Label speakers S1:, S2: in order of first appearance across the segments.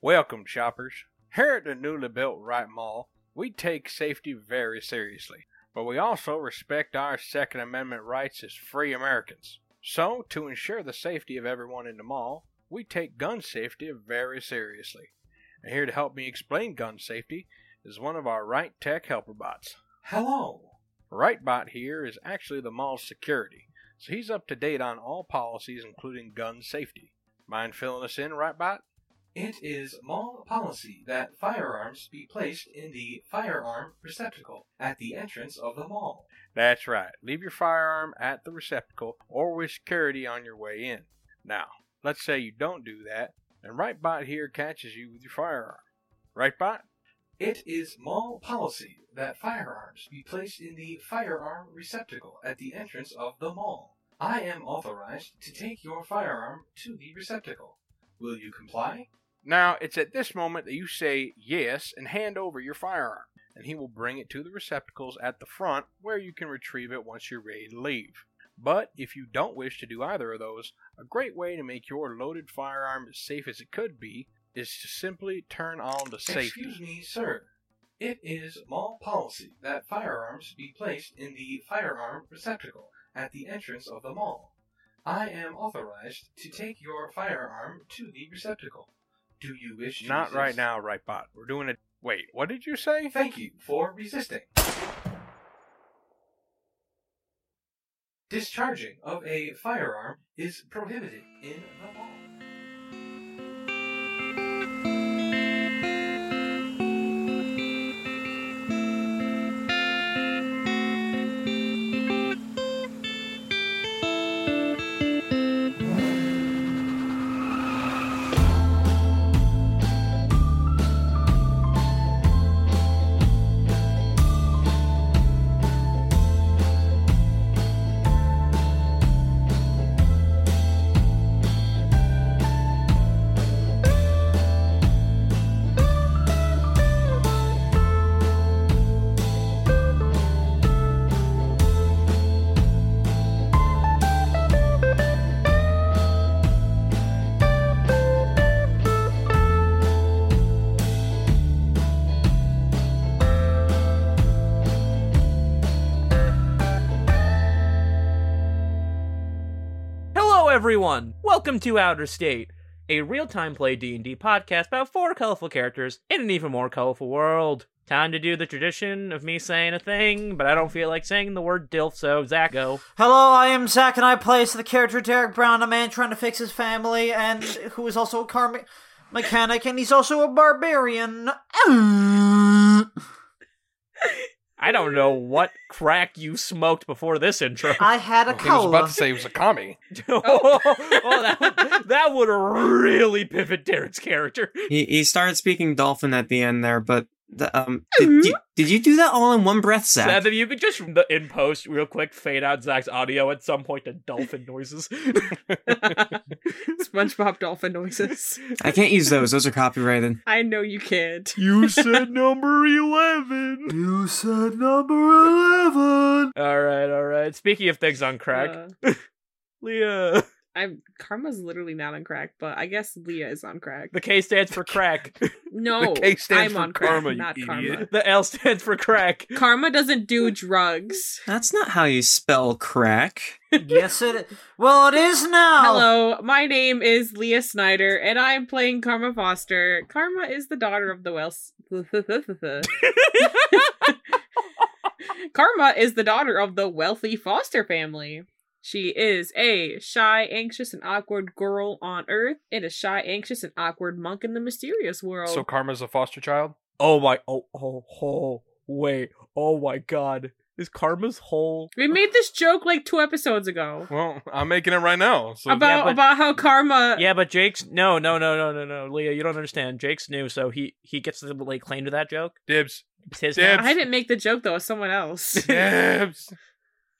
S1: Welcome, shoppers. Here at the newly built Wright Mall, we take safety very seriously, but we also respect our Second Amendment rights as free Americans. So, to ensure the safety of everyone in the mall, we take gun safety very seriously. And here to help me explain gun safety is one of our Right Tech helper bots.
S2: Hello.
S1: Rightbot here is actually the mall's security, so he's up to date on all policies including gun safety. Mind filling us in, Rightbot?
S2: It is mall policy that firearms be placed in the firearm receptacle at the entrance of the mall.
S1: That's right. Leave your firearm at the receptacle or with security on your way in. Now, let's say you don't do that, and Rightbot here catches you with your firearm. Rightbot?
S2: It is mall policy that firearms be placed in the firearm receptacle at the entrance of the mall. I am authorized to take your firearm to the receptacle. Will you comply?
S1: Now, it's at this moment that you say yes and hand over your firearm, and he will bring it to the receptacles at the front where you can retrieve it once you're ready to leave. But if you don't wish to do either of those, a great way to make your loaded firearm as safe as it could be is to simply turn on the
S2: Excuse
S1: safety.
S2: me, sir. It is mall policy that firearms be placed in the firearm receptacle at the entrance of the mall. I am authorized to take your firearm to the receptacle. Do you wish to
S1: Not right
S2: resist?
S1: now, Rightbot. We're doing a. Wait, what did you say?
S2: Thank you for resisting. Discharging of a firearm is prohibited in the law.
S3: Hello, everyone. Welcome to Outer State, a real-time play D&D podcast about four colorful characters in an even more colorful world. Time to do the tradition of me saying a thing, but I don't feel like saying the word dilf, so Zach, go.
S4: Hello, I am Zach, and I play the character Derek Brown, a man trying to fix his family, and who is also a car me- mechanic, and he's also a barbarian.
S3: I don't know what crack you smoked before this intro.
S4: I had a
S1: He was about
S4: cola.
S1: to say he was a commie.
S3: oh, that would, that would really pivot Derek's character.
S5: He, he started speaking dolphin at the end there, but the, um,
S6: Mm-hmm.
S5: did you, did you do that all in one breath,
S3: Sad
S5: Zach?
S3: that you could just the- in post real quick fade out Zach's audio at some point to dolphin noises.
S6: SpongeBob dolphin noises.
S5: I can't use those; those are copyrighted.
S6: I know you can't. Uh,
S3: you said number eleven.
S4: You said number 11!
S3: All right, all right. Speaking of things on crack,
S6: Uh,
S3: Leah.
S6: I'm Karma's literally not on crack, but I guess Leah is on crack.
S3: The K stands for crack.
S6: No,
S1: the K stands
S6: I'm
S1: for
S6: on crack,
S1: karma, you
S6: not
S1: idiot.
S3: the L stands for crack.
S6: karma. Karma doesn't do drugs.
S5: That's not how you spell crack.
S4: yes, it is. Well, it is now!
S6: Hello, my name is Leah Snyder, and I'm playing Karma Foster. Karma is the daughter of the Welsh. Karma is the daughter of the wealthy Foster family. She is a shy, anxious, and awkward girl on Earth, and a shy, anxious, and awkward monk in the mysterious world.
S1: So Karma's a foster child?
S3: Oh my! Oh oh oh! Wait! Oh my God! Is Karma's whole?
S6: we made this joke like two episodes ago
S1: Well, I'm making it right now. So
S6: about
S3: but-
S6: about how Karma.
S3: Yeah, but Jake's no, no, no, no, no, no, Leah, you don't understand. Jake's new, so he he gets to lay claim to that joke.
S1: dibs.
S3: It's his
S1: Dibs.
S3: now.
S6: I didn't make the joke though. It's someone else.
S1: Dibs.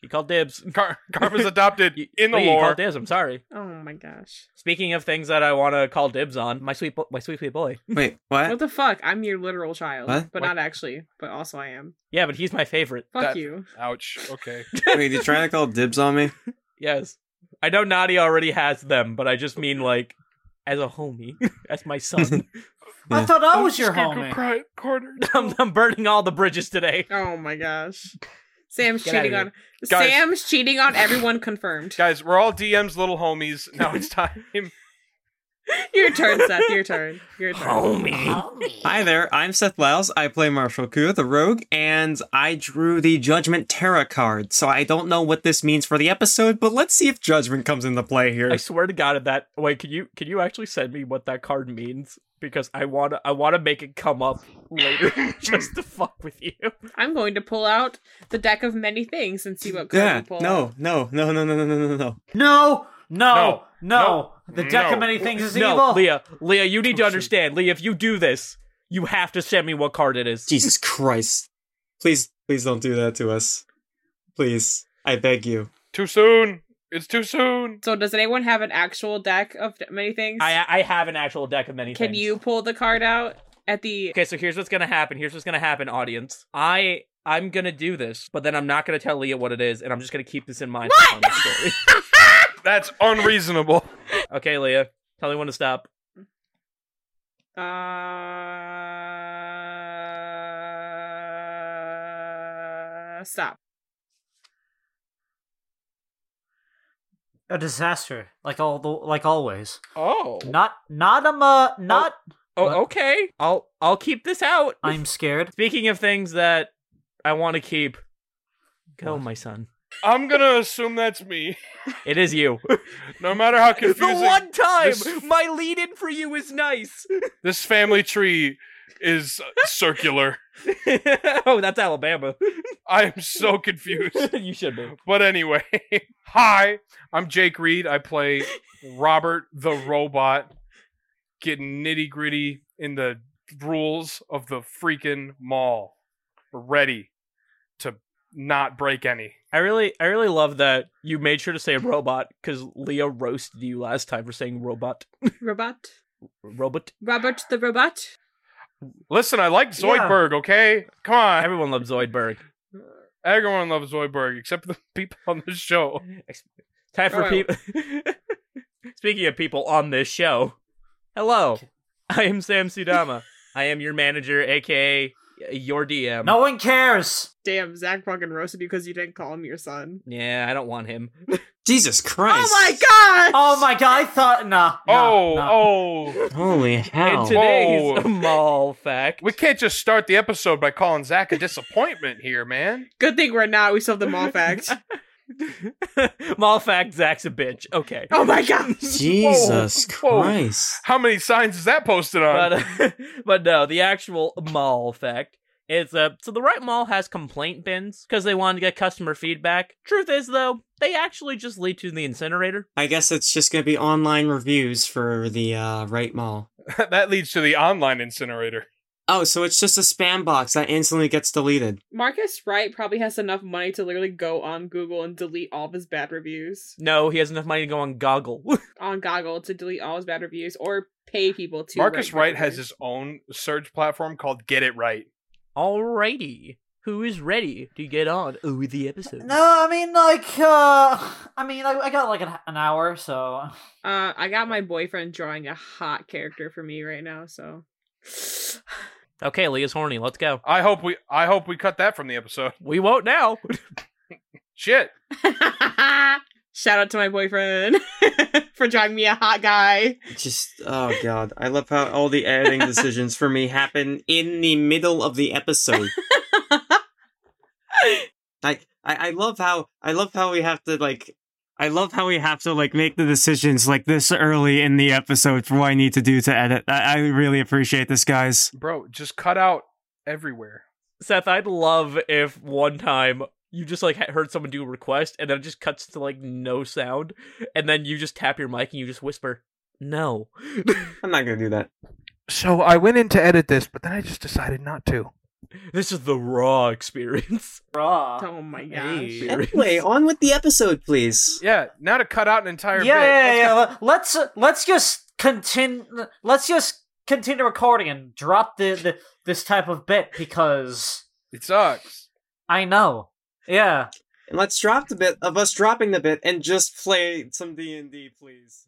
S3: He called dibs.
S1: Car- Karma's adopted
S3: You-
S1: in the
S3: Leah, you
S1: lore.
S3: called dibs. I'm sorry.
S6: oh my gosh.
S3: Speaking of things that I want to call dibs on, my sweet, bo- my sweet, sweet boy.
S5: Wait,
S6: What
S5: what?
S6: the fuck? I'm your literal child,
S5: What?
S6: but
S1: What?
S6: not actually. But also, I am.
S3: Yeah, but he's my favorite.
S6: Fuck
S1: That-
S6: you.
S1: Ouch. Okay.
S5: Wait, you trying to call dibs on me?
S3: Yes. I know Nadi already has them, but I just mean like as a homie, as my son.
S4: I
S5: Yeah.
S4: thought I was
S1: just
S4: your
S1: gonna go
S4: homie.
S1: cry in the corner.
S3: I'm, I'm burning all the bridges today.
S6: Oh my gosh. Sam's
S3: Get outta
S6: cheating
S3: here.
S6: on
S1: Guys.
S6: Sam's cheating on everyone confirmed.
S1: Guys, we're all DM's little homies. Now it's time.
S6: Your turn, Seth. Your turn. Your turn.
S3: Homie.
S5: Hi there, I'm Seth Lyles. I play Marshal Ku, the rogue, and I drew the Judgment Terra card. So I don't know what this means for the episode, but let's see if Judgment comes into play here.
S3: I swear to God, if that wait, can you can you actually send me what that card means? Because I wanna I wanna make it come up later just to fuck with you.
S6: I'm going to pull out the deck of many things and see what card
S5: yeah,
S6: you pull. out.
S5: no, no, no, no, no, no, no, no, no.
S4: No, no, no,
S1: no,
S4: The deck
S1: no.
S4: of many things is
S3: no,
S4: evil.
S3: Leah, Leah, you need to understand, Leah. If you do this, you have to send me what card it is.
S5: Jesus Christ. Please, please don't do that to us. Please. I beg you.
S1: Too soon. It's too soon.
S6: So does anyone have an actual deck of d- many things?
S3: I I have an actual deck of many
S6: Can
S3: things.
S6: you pull the card out at the
S3: Okay, so here's what's gonna happen. Here's what's gonna happen, audience. I I'm gonna do this, but then I'm not gonna tell Leah what it is, and I'm just gonna keep this in mind. for the story.
S1: That's unreasonable.
S3: okay, Leah, tell me when to stop.
S6: uh stop.
S4: A disaster, like all the like always.
S3: Oh.
S4: Not, not I'm uh, not.
S3: Oh, okay. I'll I'll keep this out.
S4: I'm scared.
S3: Speaking of things that I want to keep, go, my son.
S1: I'm gonna assume that's me.
S3: It is you.
S1: No matter how
S3: the
S1: confusing
S3: one time
S1: This-
S3: my lead in for you is nice.
S1: this family tree is circular.
S3: oh, that's Alabama.
S1: I am so confused.
S3: you should be.
S1: But anyway, hi, I'm Jake Reed. I play Robert the Robot, getting nitty gritty in the rules of the freaking mall. Ready to not break any.
S3: I really I really love that you made sure to say robot because Leah roasted you last time for saying robot.
S6: Robot.
S3: Robot.
S6: Robert the robot.
S1: Listen, I like Zoidberg, okay? Come on.
S3: Everyone loves Zoidberg.
S1: Everyone loves Zoidberg except the people on the show.
S3: Time for
S6: Oh.
S3: people. Speaking of people on this show, hello. I am Sam Sudama. I am your manager, aka uh, your DM.
S4: No one cares.
S6: Damn, Zach fucking roasted you because you didn't call him your son.
S3: Yeah, I don't want him.
S5: Jesus Christ.
S6: Oh my god!
S4: Oh my god, I thought nah.
S1: oh,
S4: no.
S1: oh.
S5: Holy
S3: And
S5: hell.
S1: Whoa.
S3: today's mall fact.
S1: We can't just start the episode by calling Zach a disappointment here, man.
S6: Good thing we're not. We still have the mall fact.
S3: mall fact. Zach's a bitch. Okay.
S6: oh my god!
S5: Jesus
S1: Whoa.
S5: Christ.
S1: How many signs is that posted on?
S3: but but no, the actual mall fact is uh so the right mall has complaint bins because they wanted to get customer feedback. Truth is though, they actually just lead to the incinerator.
S5: I guess it's just going to be online reviews for the uh, right mall.
S1: that leads to the online incinerator.
S5: Oh, so it's just a spam box that instantly gets deleted.
S6: Marcus Wright probably has enough money to literally go on Google and delete all of his bad reviews.
S3: No, he has enough money to go on goggle.
S6: On Goggle to delete all his bad reviews or pay people to.
S1: Marcus
S6: write
S1: Wright has
S6: reviews.
S1: his own search platform called Get It Right.
S3: Alrighty. Who is ready to get on with the episode?
S4: No, I mean like uh I mean I, I got like an, an hour, so
S6: Uh, I got my boyfriend drawing a hot character for me right now, so.
S3: Okay, Leah's horny. Let's go.
S1: I hope we I hope we cut that from the episode.
S3: We won't now.
S1: Shit.
S6: Shout out to my boyfriend for drawing me a hot guy.
S5: Just, oh God. I love how all the editing decisions for me happen in the middle of the episode. Like, I, I love how, I love how we have to, like, I love how we have to, like, make the decisions, like, this early in the episode for what I need to do to edit. I, I really appreciate this, guys.
S1: Bro, just cut out everywhere.
S3: Seth, I'd love if one time you just like ha- heard someone do a request and then it just cuts to like no sound and then you just tap your mic and you just whisper, "No."
S5: I'm not going to do that.
S1: So I went in to edit this, but then I just decided not to.
S3: This is the raw experience.
S4: raw.
S6: Oh my gosh.
S3: Hey.
S5: Anyway, on with the episode, please.
S1: Yeah, now to cut out an entire
S4: Yeah,
S1: bit.
S4: yeah, yeah. le- Let's uh, let's just continue let's just continue recording and drop the, the this type of bit because
S1: It sucks.
S4: I know. Yeah.
S5: And let's drop the bit of us dropping the bit and just play some D and D, please.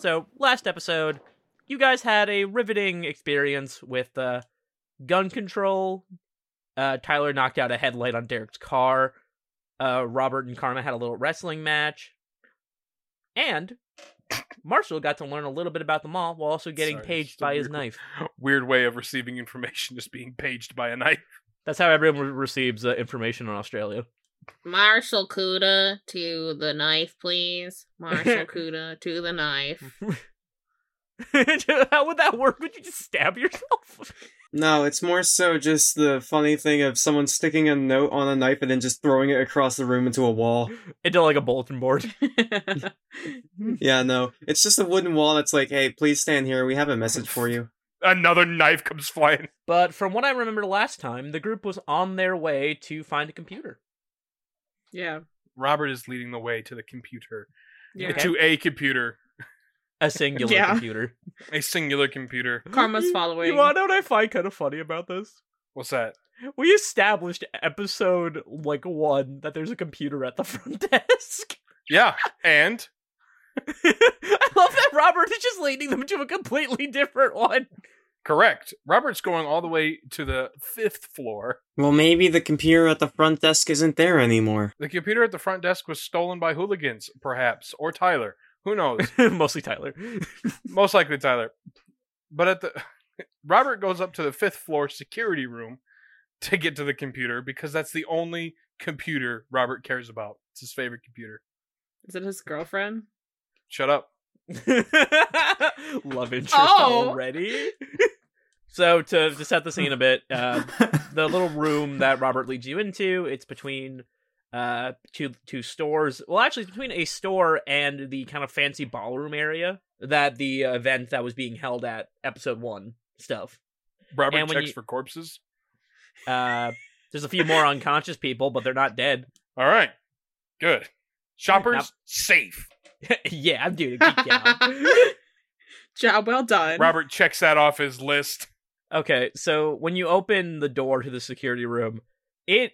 S3: So, last episode, you guys had a riveting experience with uh, gun control. Uh, Tyler knocked out a headlight on Derek's car. Uh, Robert and Karma had a little wrestling match. And Marshall got to learn a little bit about the mall while also getting
S2: Sorry,
S3: paged
S2: just a
S3: by his
S2: weird-
S3: knife.
S2: Weird way of receiving information is being paged by a knife.
S3: That's how everyone re- receives uh, information in Australia.
S6: Marshal Kuda to the knife, please. Marshal Kuda to the knife.
S3: how would that work? Would you just stab yourself?
S5: No, it's more so just the funny thing of someone sticking a note on a knife and then just throwing it across the room into a wall.
S3: Into like a bulletin board.
S5: Yeah, no. It's just a wooden wall that's like, hey, please stand here. We have a message for you.
S2: Another knife comes flying.
S3: But from what I remember last time, the group was on their way to find a computer.
S6: yeah.
S2: Robert is leading the way to the computer.
S6: Yeah.
S3: Okay.
S2: To a computer.
S3: A singular
S6: Yeah.
S3: computer.
S2: A singular computer.
S6: Karma's following.
S3: You want to know what I find kind of funny about this?
S2: What's that?
S3: We established episode like one that there's a computer at the front desk.
S2: Yeah. And
S3: I love that Robert is just leading them to a completely different one.
S2: correct. Robert's going all the way to the fifth floor.
S5: Well, maybe the computer at the front desk isn't there anymore.
S2: The computer at the front desk was stolen by hooligans, perhaps, or Tyler. Who knows?
S3: Mostly Tyler.
S2: Most likely Tyler. But at the Robert goes up to the fifth floor security room to get to the computer because that's the only computer Robert cares about. It's his favorite computer.
S6: Is it his girlfriend?
S2: Shut up.
S3: Love interest
S6: Oh.
S3: already. so to, to set the scene a bit,
S1: Um,
S3: uh, the little room that Robert leads you into. It's between uh two two stores. Well, actually, it's between a store and the kind of fancy ballroom area that the event that was being held at episode one stuff.
S2: Robert
S3: And when
S2: checks
S3: you-
S2: for corpses.
S3: Uh, there's a few more unconscious people, but they're not dead.
S2: All right. Good. Shoppers
S3: Now-
S2: safe.
S3: yeah, I'm doing a geek out.
S6: Job well done.
S2: Robert checks that off his list.
S3: Okay, so when you open the door to the security room, it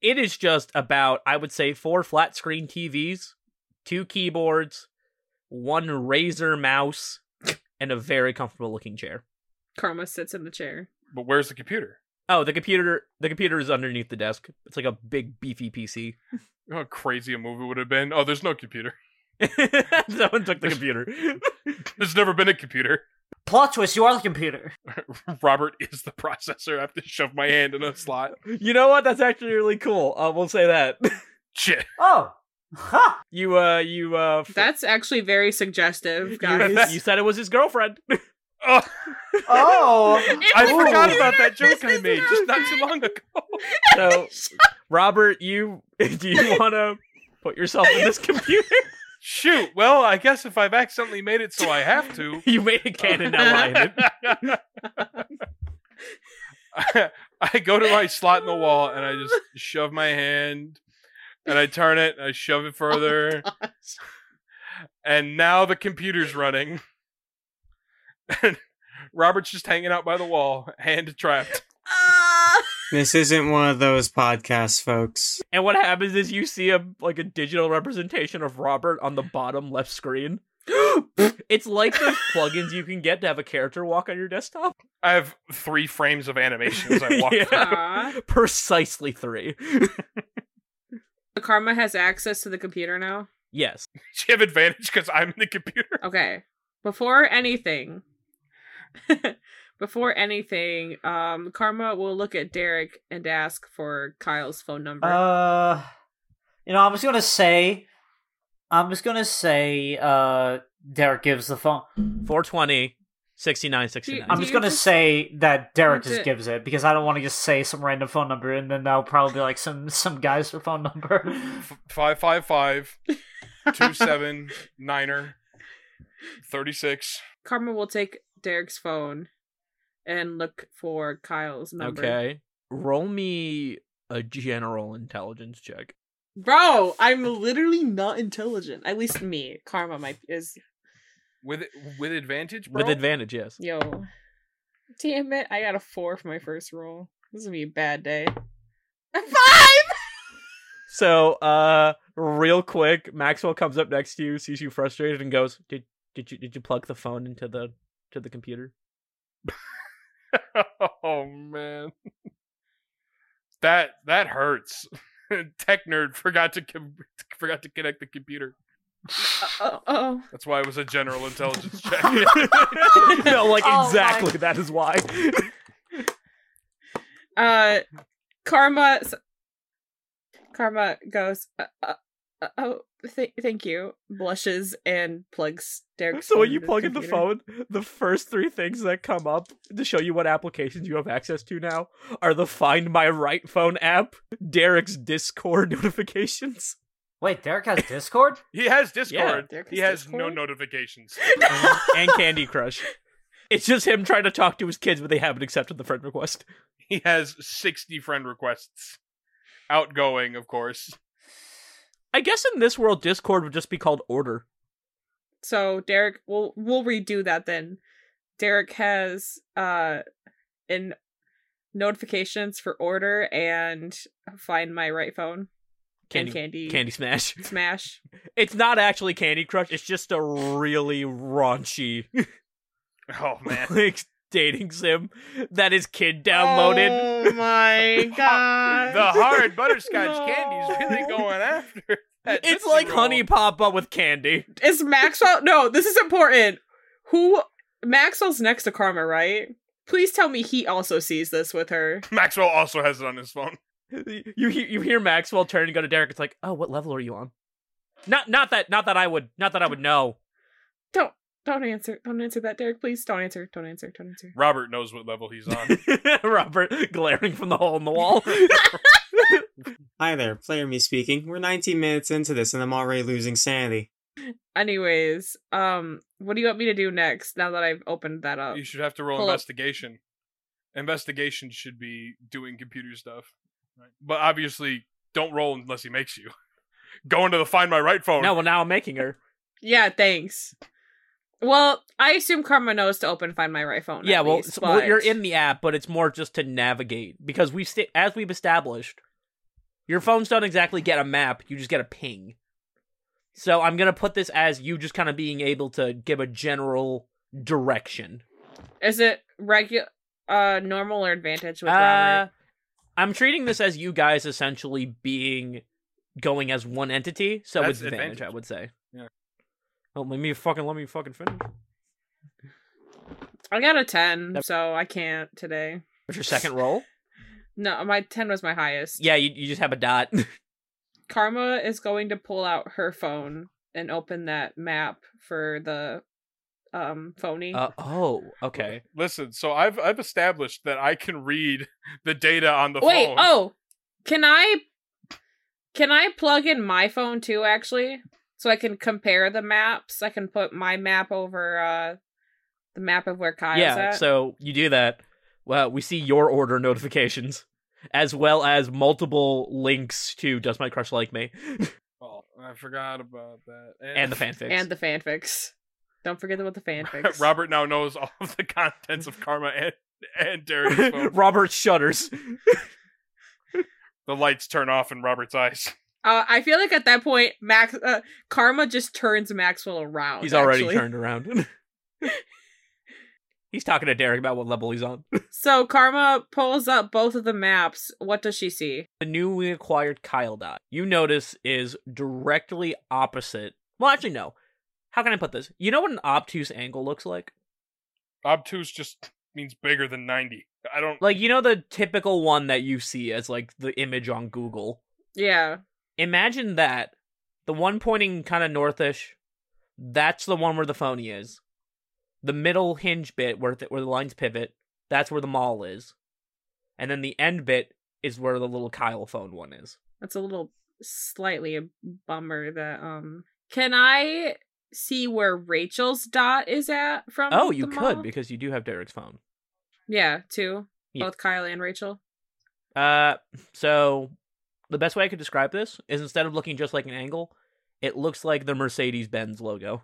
S3: it is just about I would say four flat screen TVs, two keyboards, one Razer mouse, and a very comfortable looking chair.
S6: Karma sits in the chair.
S2: But where's the computer?
S3: Oh, the computer the computer is underneath the desk. It's like a big beefy PC.
S2: You know how Oh, crazy a movie would have been? Oh, there's no computer.
S3: Someone took the computer.
S2: There's never been a computer.
S4: Plot twist, you are the computer.
S2: Robert is the processor. I have to shove my hand in a slot.
S3: you know what? That's actually really cool. Uh, we'll say that.
S2: Shit.
S4: Oh. Ha!
S3: You uh you uh f-
S6: That's actually very
S3: you,
S6: suggestive, guys.
S3: you said it was his girlfriend.
S2: Oh,
S4: Oh.
S6: If
S2: I
S6: the
S2: forgot
S6: computer
S2: about that joke
S6: is
S2: I made
S6: not
S2: just not too long ago.
S3: So Robert, you do you want to put yourself in this computer?
S2: Shoot. Well, I guess if I've accidentally made it so I have to.
S3: you made a cannon now lying.
S2: I go to my slot in the wall and I just shove my hand and I turn it and I shove it
S6: Oh
S2: further. and now the computer's running. And Robert's just hanging out by the wall, hand trapped.
S6: Ah!
S5: This isn't one of those podcasts, folks.
S3: And what happens is you see a like a digital representation of Robert on the bottom left screen. it's like those plugins you can get to have a character walk on your desktop.
S2: I have three frames of animation as I walk.
S3: Yeah.
S2: through.
S6: Aw.
S3: Precisely three.
S6: So Karma has access to the computer now.
S3: Yes.
S2: Do you have advantage because I'm in the computer?
S6: Okay. Before anything, before anything, um, Karma will look at Derek and ask for Kyle's phone number.
S4: Uh, you know, I'm just gonna say, I'm just gonna say, uh, Derek gives the phone.
S3: 420 69 69.
S4: I'm
S6: Do
S4: just
S6: you
S4: gonna
S6: just-
S4: say that Derek
S6: That's
S4: just
S6: it.
S4: gives it because I don't want to just say some random phone number and then that'll probably be like some some guy's phone number.
S2: F- Five five five
S3: Uh,
S2: two seven niner thirty six.
S6: Karma will take Derek's phone and look for Kyle's number.
S3: okay. Roll me a general intelligence check.
S6: Bro, I'm literally not intelligent. At least me. Karma might is
S2: With with advantage, bro?
S3: With advantage, yes.
S6: yo. Damn it, I got a four for my first roll. This is gonna be a bad day. A five!
S3: So, uh, real quick, Maxwell comes up next to you, sees you frustrated, and goes, "Did Did you did you plug the phone into the to the computer?
S7: oh man, that that hurts. Tech nerd forgot to com- forgot to connect the computer.
S6: Oh, oh.
S7: That's why it was a general intelligence check.
S3: no, like
S4: Oh my-
S3: exactly. That is why.
S6: Uh, Karma. s- Karma goes. Uh, uh, uh, oh, th- thank you. Blushes and plugs Derek's.
S3: so
S6: phone
S3: when you
S6: into
S3: plug in the
S6: computer.
S3: phone, the first three things that come up to show you what applications you have access to now are the Find My Right phone app, Derek's Discord notifications.
S4: Wait, Derek has Discord?
S7: he has Discord.
S6: Derek
S7: he has
S6: has
S7: no
S6: Discord?
S7: notifications.
S3: and Candy Crush. It's just him trying to talk to his kids, but they haven't accepted the friend request.
S7: He has sixty friend requests, outgoing, of course.
S3: I guess in this world, Discord would just be called Order.
S6: So Derek, we'll we'll redo that then. Derek has uh, in notifications for order and find my right phone
S3: Candy,
S6: and candy
S3: Candy Smash.
S6: smash.
S3: It's not actually Candy Crush. It's just a really raunchy
S7: Oh man.
S3: like dating sim that his kid downloaded.
S6: Oh my god!
S7: the hard butterscotch
S6: No.
S7: candy's really going after. that
S3: it's
S7: Tootsie
S3: like
S7: Roll.
S3: Honey Pop but with candy.
S6: Is Maxwell? No, this is important. Who Maxwell's next to Karma, right? Please tell me he also sees this with her.
S7: Maxwell also has it on his phone.
S3: You hear you hear Maxwell turn and go to Derek. It's like, oh, what level are you on? Not not that not that I would not that I would know.
S6: Don't don't answer. Don't answer that, Derek. Please don't answer. Don't answer. Don't answer.
S7: Robert knows what level he's on.
S3: Robert glaring from the hole in the wall.
S5: Hi there, player me speaking. We're 19 minutes into this and I'm already losing sanity.
S6: Anyways, um, what do you want me to do next? Now that I've opened that up,
S7: you should have to roll
S6: Pull up.
S7: investigation. Investigation should be doing computer stuff, right? but obviously don't roll unless he makes you. Go into the find my right phone.
S3: no, well now I'm making her.
S6: yeah, thanks. Well, I assume Karma knows to open Find My Right Phone.
S3: yeah,
S6: at
S3: well,
S6: least,
S3: so- well, you're
S6: but-
S3: in the app, but it's more just to navigate because we sta as we've established, your phones don't exactly get a map; you just get a ping. So I'm gonna put this as you just kind of being able to give a general direction.
S6: Is it regular, uh, normal or advantage with
S3: Uh,
S6: Robert?
S3: I'm treating this as you guys essentially being going as one entity, so
S7: That's
S3: it's advantage,
S7: advantage.
S3: I would say.
S7: Yeah.
S3: Oh, let me fucking let me fucking finish.
S6: I got a ten, so I can't today.
S3: What's your second roll?
S6: No, my 10 was my highest.
S3: Yeah, you, you just have a dot.
S6: Karma is going to pull out her phone and open that map for the um phony.
S3: uh, oh, okay.
S7: Listen, so I've I've established that I can read the data on the
S6: Wait,
S7: phone.
S6: oh. Can I Can I plug in my phone too actually? So I can compare the maps. I can put my map over uh the map of where Kyle's
S3: yeah,
S6: at.
S3: so you do that. Well, we see your order notifications, as well as multiple links to "Does My Crush Like Me"
S7: Oh, I forgot about that.
S3: and the fanfics.
S6: and the fanfics. Don't forget about the fanfics.
S7: Robert now knows all of the contents of Karma and and Derek's phone.
S3: Robert shudders.
S7: the lights turn off in Robert's eyes.
S6: Uh, I feel like at that point, Max uh, Karma just turns Maxwell around.
S3: He's already
S6: Oh, actually.
S3: turned around. he's talking to Derek about what level he's on.
S6: So Karma pulls up both of the maps. What does she see?
S3: the newly acquired Kyle dot you notice is directly opposite. Well, actually, no. How can I put this? You know what an obtuse angle looks like?
S7: Obtuse just means bigger than ninety. I don't.
S3: Like you know the typical one that you see as like the image on Google.
S6: Yeah.
S3: Imagine that the one pointing kind of northish. That's the one where the phony is. The middle hinge bit where the, where the lines pivot. That's where the mall is, and then the end bit is where the little Kyle phone one is.
S6: That's a little slightly a bummer that um can I see where Rachel's dot is at from
S3: Oh, you
S6: Um, the
S3: could
S6: mall?
S3: because you do have Derek's phone.
S6: Yeah, too.
S3: Yeah.
S6: Both Kyle and Rachel.
S3: Uh, so the best way I could describe this is instead of looking just like an angle, it looks like the Mercedes Benz logo.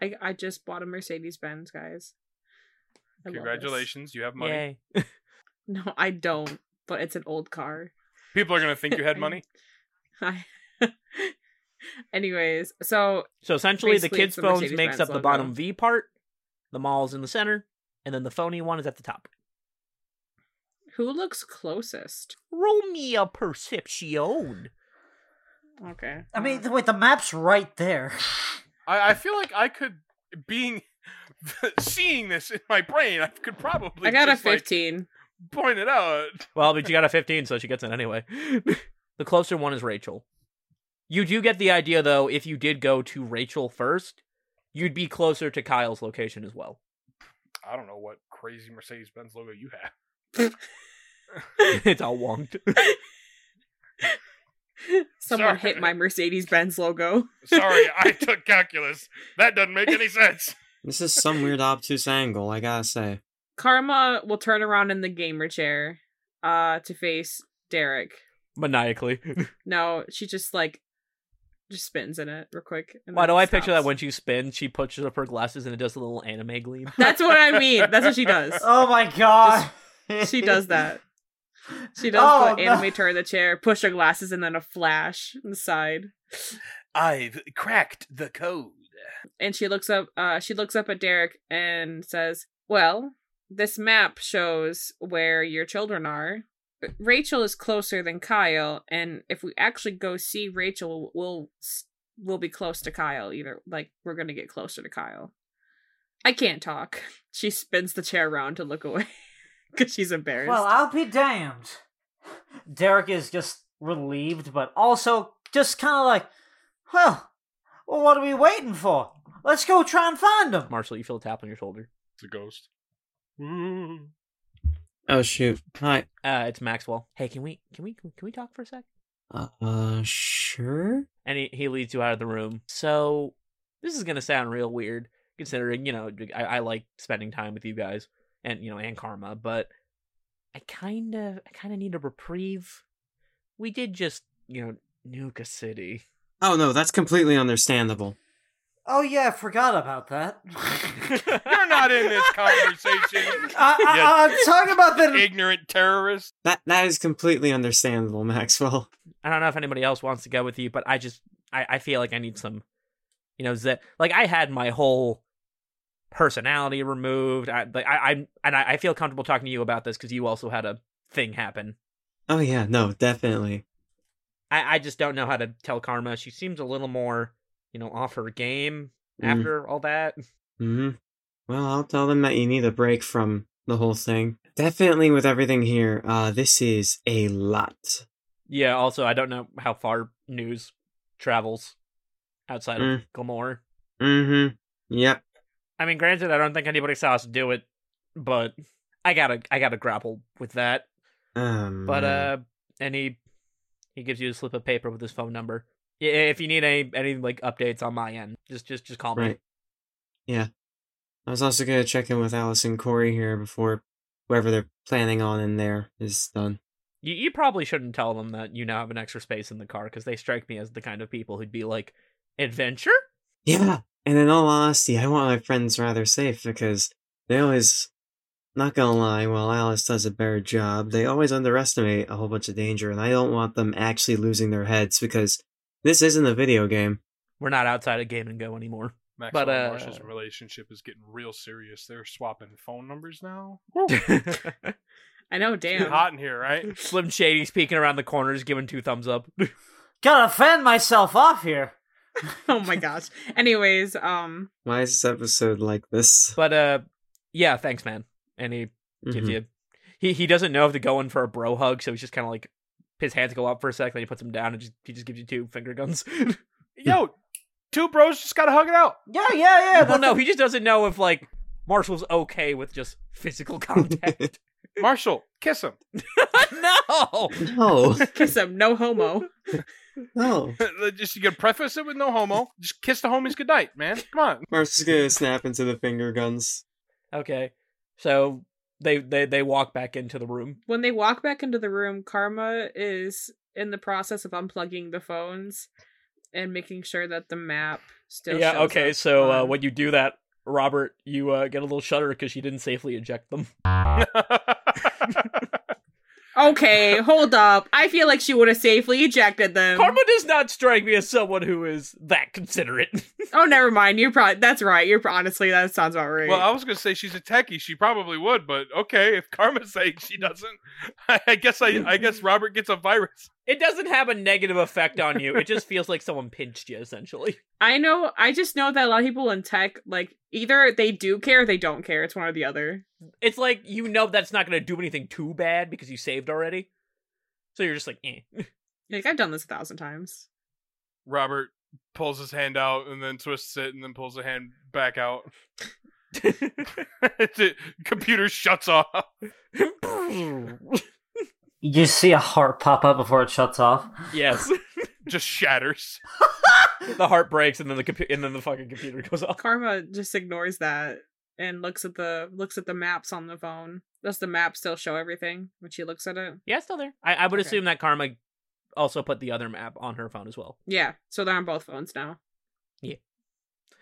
S6: I I just bought a Mercedes Benz, guys. I love this.
S7: Congratulations, you have money.
S3: Yay.
S6: No, I don't, but it's an old car.
S7: People are gonna think you had money.
S6: I Anyways, so
S3: So essentially,
S6: Basically,
S3: the
S6: it's
S3: kids'
S6: the
S3: phones
S6: Mercedes-Benz
S3: makes up the
S6: logo.
S3: bottom V part, the mall's in the center, and then the phony one is at the top.
S6: who looks closest?
S3: Roll me a perception.
S6: Okay. Uh,
S4: I mean, th- wait, the map's right there.
S7: I, I feel like I could being seeing this in my brain. I could probably
S6: I got a
S7: just, like,
S6: 15.
S7: point it out.
S3: Well, but you got a 15, so she gets it anyway. the closer one is Rachel. You do get the idea, though, if you did go to Rachel first, you'd be closer to Kyle's location as well.
S7: I don't know what crazy Mercedes Benz logo you have.
S3: it's all wonked.
S6: Someone
S7: Sorry.
S6: hit my Mercedes Benz logo.
S7: Sorry, I took calculus. That doesn't make any sense.
S5: This is some weird obtuse angle, I gotta say.
S6: Karma will turn around in the gamer chair uh to face Derek.
S3: Maniacally.
S6: No, she just like just spins in it real quick. and
S3: Why
S6: then
S3: do I picture that
S6: stops.
S3: when she spins, she pushes up her glasses and it does a little anime gleam?
S6: That's what I mean. That's what she does.
S4: Oh my god.
S6: She does that. She does
S4: Oh,
S6: the
S4: no.
S6: anime turn in the chair, push her glasses, and then a flash inside.
S7: I've cracked the code.
S6: and she looks up uh she looks up at Derek and says, "Well, this map shows where your children are. Rachel is closer than Kyle, and if we actually go see Rachel, we'll s- we'll be close to Kyle either. Like we're going to get closer to Kyle." I can't talk. She spins the chair around to look away cuz she's embarrassed.
S4: Well, I'll be damned. Derek is just relieved, but also just kind of like, well, well, what are we waiting for? Let's go try and find him.
S3: Marshall, you feel a tap on your shoulder.
S7: It's a ghost.
S5: Oh shoot. Hi.
S3: Uh, it's Maxwell. Hey, can we can we can we talk for a sec?
S5: Uh, uh sure?
S3: and he, he leads you out of the room. So this is gonna sound real weird, considering you know I, I like spending time with you guys and you know and Karma, but I kind of I kind of need a reprieve. We did just you know nuke a city.
S5: Oh no, that's completely understandable.
S4: Oh yeah, I forgot about that.
S7: You're not in this conversation,
S4: I, I, I'm talking about the.
S7: ignorant terrorist.
S5: That that is completely understandable, Maxwell.
S3: I don't know if anybody else wants to go with you, but I just I, I feel like I need some, you know, zip. Like I had my whole personality removed. I like I, I'm and I, I feel comfortable talking to you about this because you also had a thing happen.
S5: Oh yeah, no, definitely.
S3: I, I just don't know how to tell Karma. She seems a little more, you know, off her game
S5: Mm.
S3: after all that.
S5: hmm Well, I'll tell them that you need a break from the whole thing. Definitely with everything here, uh, this is a lot.
S3: Yeah, also, I don't know how far news travels outside of
S5: Mm.
S3: Gilmore.
S5: Mm-hmm. Yep.
S3: I mean, granted, I don't think anybody saw us do it, but I gotta, I gotta grapple with that.
S5: Um
S3: But uh, and he, he gives you a slip of paper with his phone number. I- If you need any, any like updates on my end, just, just, just call me.
S5: Right. Yeah. I was also gonna check in with Alice and Corey here before whatever they're planning on in there is done.
S3: You, you probably shouldn't tell them that you now have an extra space in the car because they strike me as the kind of people who'd be like, adventure?
S5: Yeah. And in all honesty, I want my friends rather safe because they always not gonna lie, while Alice does a better job, they always underestimate a whole bunch of danger, and I don't want them actually losing their heads because this isn't a video game.
S3: We're not outside of Game and Go anymore.
S7: Maxwell
S3: But,
S7: and
S3: uh,
S7: Marshall's relationship is getting real serious. They're swapping phone numbers now.
S6: I know,
S7: It's
S6: damn.
S7: hot in here, right?
S3: Slim Shady's peeking around the corners, giving two thumbs up.
S4: Gotta fend myself off here.
S6: Oh my gosh. Anyways, um
S5: Why is this episode like this?
S3: but uh, yeah, thanks, man. And he gives
S7: Mm-hmm.
S5: Mhm.
S3: you. He he doesn't know if to go in for a bro hug, so he's just kind of like his hands go up for a sec, then he puts them down, and just he just gives you two finger guns.
S7: Yo, two bros just gotta hug it out.
S4: Yeah, yeah, yeah.
S3: well,
S4: that's-
S3: no, he just doesn't know if like Marshall's okay with just physical
S5: Mm-hmm.
S3: contact.
S7: Marshall, kiss him.
S3: no.
S5: No,
S6: kiss him, no homo.
S5: no.
S7: just you can preface it with no homo. Just kiss the homies goodnight, man. Come on.
S5: Mark's just gonna snap into the finger guns.
S3: Okay. So they they they walk back into the room.
S6: when they walk back into the room, Karma is in the process of unplugging the phones and making sure that the map still.
S3: yeah.
S6: shows
S3: Okay.
S6: up
S3: So uh,
S6: on-
S3: when you do that, Robert, you uh, get a little shudder because she didn't safely eject them.
S6: Okay, hold up. I feel like she would have safely ejected them.
S3: Karma does not strike me as someone who is that considerate.
S6: Oh, never mind. You're probably that's right. You're pro- honestly that sounds about right.
S7: Well, I was gonna say she's a techie. She probably would, but okay, if Karma's saying she doesn't, I guess I, I guess Robert gets a virus.
S3: it doesn't have a negative effect on you. It just feels like someone pinched you, essentially.
S6: I know. I just know that a lot of people in tech, like either they do care, or they don't care. It's one or the other.
S3: It's like you know that's not going to do anything too bad because you saved already. So you're just like, eh.
S6: Like I've done this a thousand times.
S7: Robert pulls his hand out and then twists it and then pulls the hand back out. The Computer shuts off.
S4: You see a heart pop up before it shuts off.
S3: yes.
S7: just shatters.
S3: The heart breaks and then the compu- and then the fucking computer goes off.
S6: Karma just ignores that and looks at the looks at the maps on the phone. Does the map still show everything when she looks at it?
S3: Yeah, it's still there. I, I would
S6: Okay.
S3: assume that Karma also put the other map on her phone as well.
S6: Yeah. So they're on both phones now.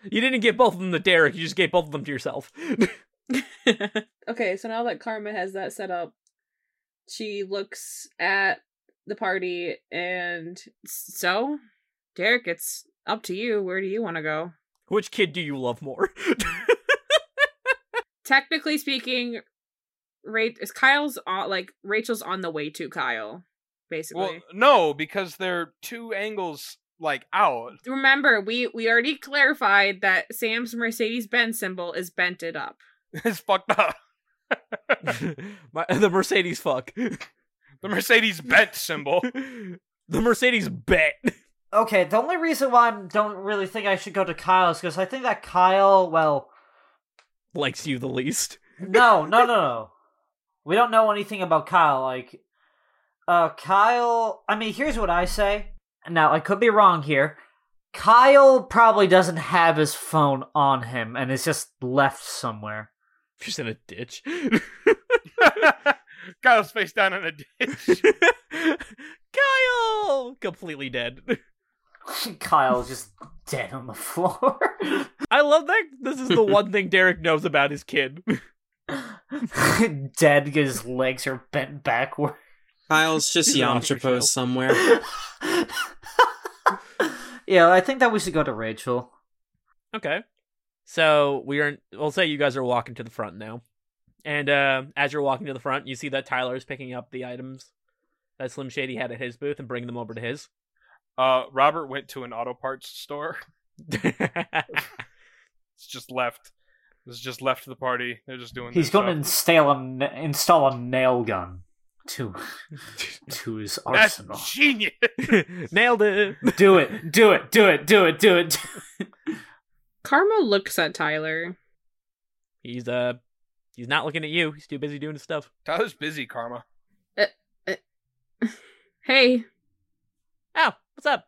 S3: You didn't give both of them to Derek. You just gave both of them to yourself.
S6: okay, so now that Karma has that set up, she looks at the party and so Derek, it's up to you. Where do you want to go?
S3: Which kid do you love more?
S6: Technically speaking, Ra- is Kyle's on like Rachel's on the way to Kyle, basically.
S7: Well, no, because they're two angles like out.
S6: Remember, we we already clarified that Sam's Mercedes Benz symbol is bented up.
S7: It's fucked up.
S3: My, the Mercedes fuck.
S7: The Mercedes bent symbol.
S3: the Mercedes bet.
S4: Okay, the only reason why I don't really think I should go to Kyle is because I think that Kyle, well,
S3: likes you the least.
S4: no, no, no, no. We don't know anything about Kyle. Like, uh, Kyle. I mean, here's what I say. Now, I could be wrong here. Kyle probably doesn't have his phone on him, and it's just left somewhere.
S3: Just in a ditch.
S7: Kyle's face down in a ditch.
S3: Kyle! Completely dead.
S4: Kyle's just dead on the floor.
S3: I love that this is the one thing Derek knows about his kid.
S4: dead. 'cause His legs are bent backward.
S5: Kyle's just
S3: He's an officer, Phil.
S5: Yamtrapos somewhere.
S4: yeah, I think that we should go to Rachel.
S3: Okay. So we are we'll say you guys are walking to the front now. And uh as you're walking to the front, you see that Tyler is picking up the items that Slim Shady had at his booth and bringing them over to his.
S7: Uh, Robert went to an auto parts store. It's just left. It's just left the party. They're just doing.
S4: He's
S7: their
S4: going to
S7: stuff.
S4: install a, na- install a nail gun to to his
S7: That's
S4: arsenal.
S7: genius.
S3: Nailed it.
S4: do it, do it, do it, do it, do it.
S6: Karma looks at Tyler.
S3: He's uh he's not looking at you. He's too busy doing his stuff.
S7: Tyler's busy, Karma.
S6: Hey,
S3: Oh, what's up?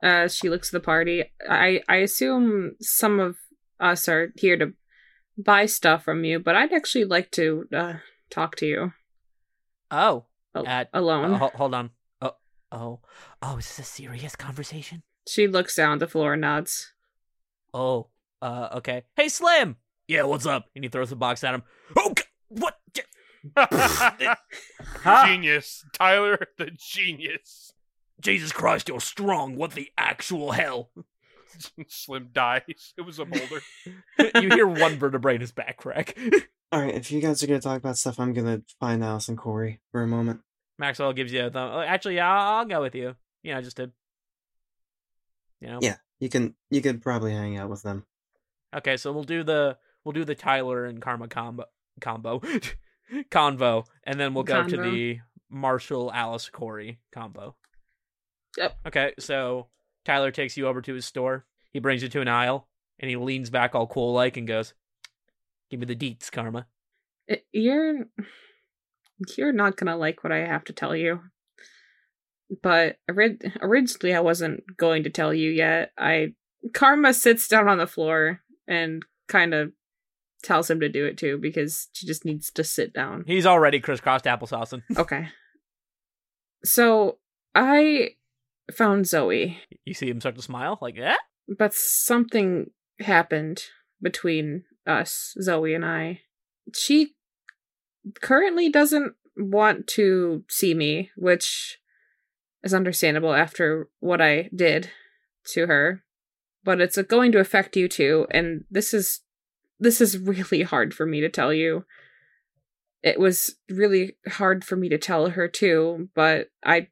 S6: uh, she looks at the party. I I assume some of us are here to buy stuff from you, but I'd actually like to uh, talk to you
S3: Oh,
S6: al-
S3: Uh,
S6: alone.
S3: Uh, hol- hold on. Oh, oh, oh! Is this a serious conversation?
S6: she looks down at the floor and nods.
S3: Oh, uh, okay. Hey, Slim. Yeah, what's up? And he throws the box at him. Oh, g- what? J-
S7: Genius, Tyler, the genius.
S3: Jesus Christ, you're strong. What the actual hell?
S7: Slim dies. It was a boulder.
S3: you hear one vertebrae in his back crack.
S5: Alright, if you guys are gonna talk about stuff, I'm gonna find Alice and Corey for a moment.
S3: Maxwell gives you a thumb. oh, Actually, yeah, I'll, I'll go with you. You know, just to. You know.
S5: Yeah, you can you could probably hang out with them.
S3: Okay, so we'll do the we'll do the Tyler and Karma combo combo convo, and then we'll go to
S6: Convo.
S3: the Marshall Alice Corey combo.
S6: Yep.
S3: Okay, so Tyler takes you over to his store. He brings you to an aisle, and he leans back all cool like and goes, "Give me the deets, Karma."
S6: I- You're you're not gonna like what I have to tell you. But orid- originally, I wasn't going to tell you yet. I Karma sits down on the floor and kind of tells him to do it too because she just needs to sit down.
S3: He's already crisscrossed applesauce, and
S6: Okay. So I found Zoe,
S3: you see him start to smile like, "Eh?" "Yeah."
S6: but something happened between us, Zoe and I. She currently doesn't want to see me, which is understandable after what I did to her. But it's going to affect you too, and this is this is really hard for me to tell you. It was really hard for me to tell her too, but I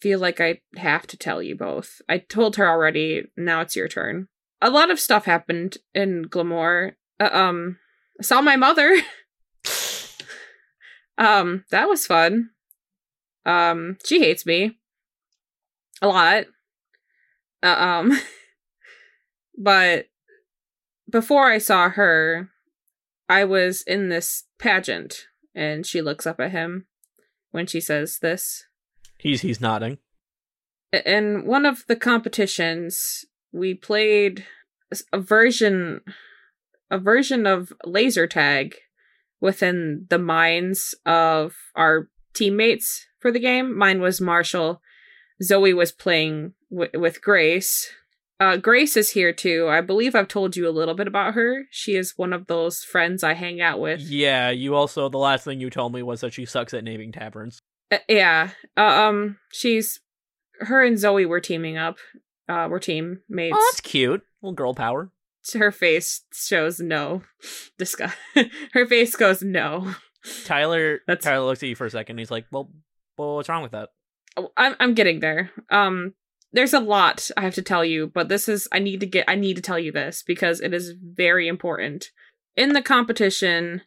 S6: feel like I have to tell you both. I told her already. Now it's your turn. A lot of stuff happened in Glamour. Uh, um, I saw my mother. um, that was fun. Um, she hates me a lot. Uh, um, but before I saw her, I was in this pageant, and she looks up at him when she says this.
S3: He's he's nodding.
S6: in one of the competitions we played s- a version a version of laser tag within the minds of our teammates for the game mine was marshall zoe was playing w- with grace uh, grace is here too i believe i've told you a little bit about her she is one of those friends i hang out with
S3: Yeah, you also the last thing you told me was that she sucks at naming taverns.
S6: Uh, yeah. Uh, um, she's her and Zoe were teaming up. Uh, were teammates.
S3: Oh, that's cute. Little girl power.
S6: her face shows no disgust. her face goes no.
S3: Tyler
S6: That's-
S3: Tyler looks at you for a second and he's like, Well well what's wrong with that?
S6: Oh, I'm I'm getting there. Um, there's a lot I have to tell you, but this is I need to get I need to tell you this because it is very important. In the competition,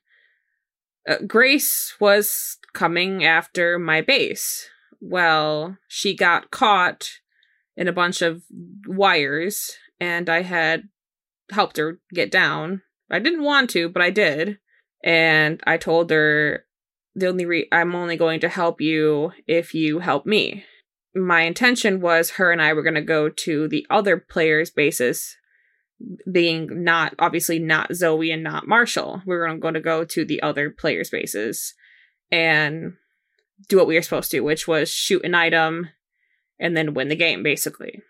S6: uh, Grace was coming after my base. Well, she got caught in a bunch of wires, and I had helped her get down. I didn't want to, but I did. And I told her the only re- I'm only going to help you if you help me. My intention was her and I were going to go to the other players' bases, being not obviously not Zoe and not Marshall. We were going to go to the other players' bases and do what we were supposed to, which was shoot an item and then win the game, basically.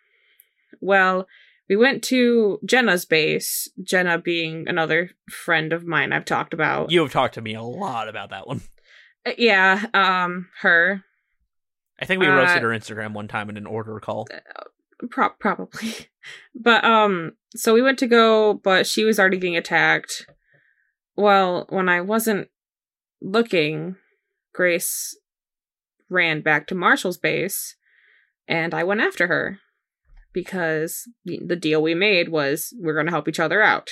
S6: Well, we went to Jenna's base, Jenna being another friend of mine I've talked about.
S3: You have talked to me a lot about that one.
S6: Uh, Yeah, um, her
S3: I think we
S6: Uh,
S3: roasted her Instagram one time in an order call.
S6: Pro- probably, but um, so we went to go, but she was already getting attacked. Well, when I wasn't looking, Grace ran back to Marshall's base, and I went after her because the the deal we made was we're going to help each other out,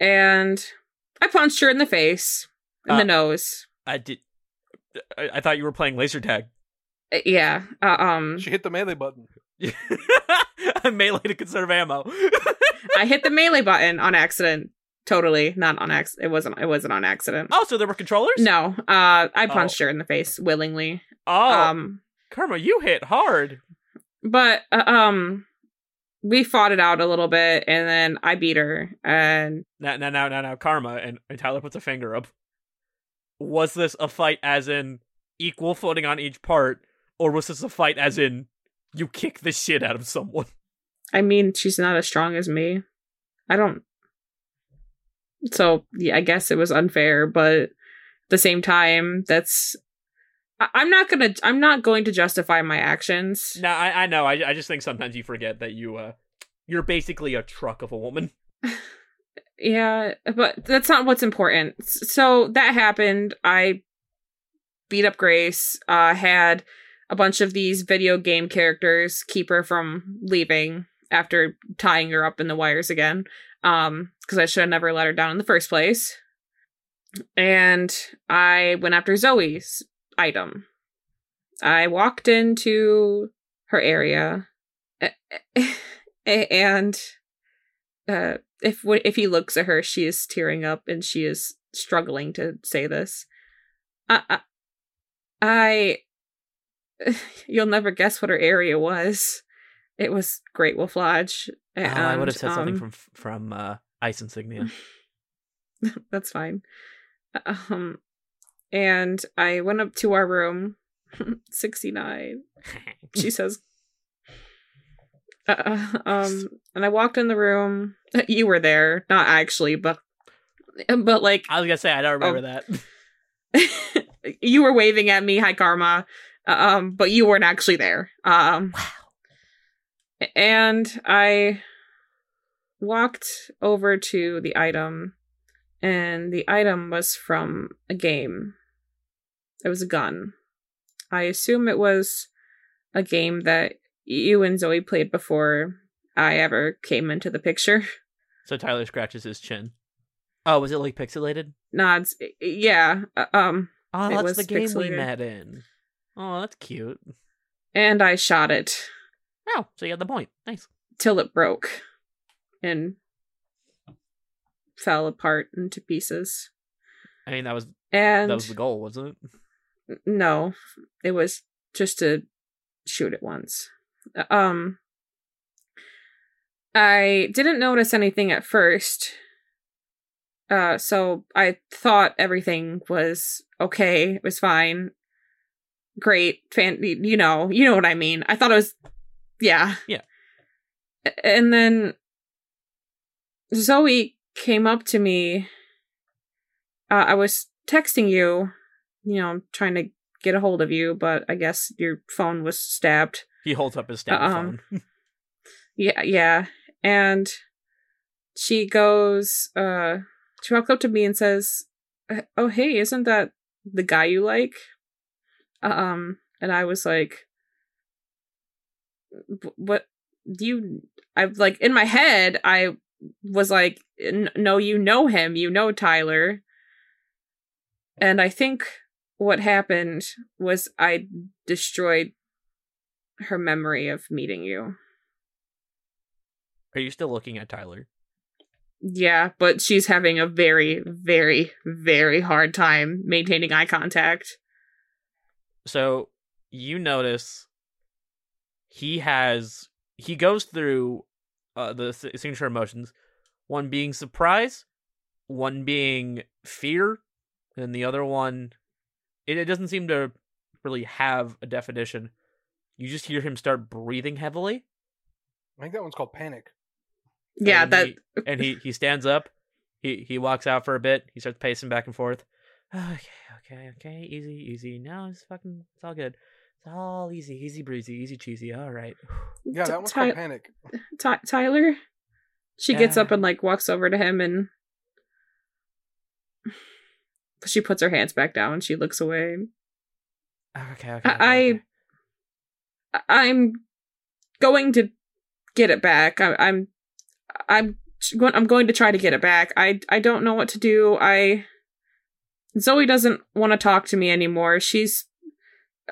S6: and I punched her in the face, in
S3: Uh,
S6: the nose.
S3: I did I, I thought you were playing laser tag.
S6: Uh, Yeah, uh, um,
S7: She hit the melee button.
S3: I melee to conserve ammo.
S6: I hit the melee button on accident. Totally, not on accident. It wasn't. It wasn't on accident.
S3: oh, so there were controllers?
S6: No, uh, I
S3: Oh.
S6: punched her in the face willingly.
S3: Oh,
S6: Um,
S3: Karma, you hit hard.
S6: but uh, um, we fought it out a little bit, and then I beat her. And
S3: Now, now, now, now, now, Karma, and, and Tyler puts a finger up. Was this a fight as in equal footing on each part, or was this a fight as in you kick the shit out of someone?
S6: I mean, she's not as strong as me. I don't. So yeah, I guess it was unfair, but at the same time, that's. I- I'm not gonna. I'm not going to justify my actions.
S3: No, I, I know. I, I just think sometimes you forget that you, uh, you're basically a truck of a woman.
S6: Yeah, but that's not what's important. S- So that happened. I beat up Grace, uh, had a bunch of these video game characters keep her from leaving after tying her up in the wires again. Um, because I should have never let her down in the first place. And I went after Zoe's item. I walked into her area a- a- and uh if wh- if he looks at her, she is tearing up and she is struggling to say this. I, I, I you'll never guess what her area was. It was Great Wolf Lodge.
S3: Oh, Ah, I
S6: and,
S3: would have said something
S6: um,
S3: from from uh, Ice Insignia.
S6: that's fine. Um, and I went up to our room, sixty nine. She says, uh, um, and I walked in the room. You were there, not actually, but but like oh.
S3: I was gonna say I don't remember that.
S6: you were waving at me, hi Karma, um, but you weren't actually there. Um, and I walked over to the item, and the item was from a game. It was a gun. I assume it was a game that you and Zoe played before I ever came into the picture.
S3: So Tyler scratches his chin. Oh, was it like pixelated?
S6: Nods. Yeah. uh, Um.
S3: Oh,
S6: It
S3: that's
S6: was
S3: the game we
S6: pixelated.
S3: met in. Oh, that's cute.
S6: And I shot it
S3: Oh, so you got the point. Nice.
S6: till it broke and fell apart into pieces.
S3: I mean, that was
S6: And
S3: that was the goal, wasn't it?
S6: no, it was just to shoot it once. Um, I didn't notice anything at first. Uh, so I thought everything was okay. It was fine. Great. Fan, you know, you know what I mean. I thought it was, yeah.
S3: Yeah.
S6: A- And then Zoe came up to me. Uh, I was texting you you know, I'm trying to get a hold of you, but I guess your phone was stabbed.
S3: He holds up his stand
S6: Um,
S3: phone.
S6: Yeah, yeah. And she goes, uh, she walks up to me and says, Oh, hey, isn't that the guy you like? Um, and I was like, "Wh- What do you, I've like, in my head, I was like, "N- No, you know him, you know Tyler. And I think what happened was I destroyed her memory of meeting you.
S3: Are you still looking at Tyler?
S6: Yeah, but she's having a very, very, very hard time maintaining eye contact.
S3: So you notice he has he goes through uh, the si- signature emotions, one being surprise, one being fear, and the other one it, it doesn't seem to really have a definition. You just hear him start breathing heavily.
S7: I think that one's called Panic.
S6: Yeah,
S3: and
S6: that
S3: he- and he he stands up. He he walks out for a bit. He starts pacing back and forth. Okay, okay, okay. Easy, easy. No, it's fucking. It's all good. It's all easy, easy breezy, easy cheesy. All right.
S7: Yeah,
S6: T-
S7: that one's
S6: Ty-
S7: called Panic.
S6: Ty- Tyler. She gets up
S3: Yeah.
S6: and like walks over to him and she puts her hands back down. She looks away.
S3: Okay, okay. okay,
S6: I-
S3: okay.
S6: I- I'm going to get it back. I- I'm I'm going I'm going to try to get it back. I I don't know what to do. I Zoe doesn't want to talk to me anymore. She's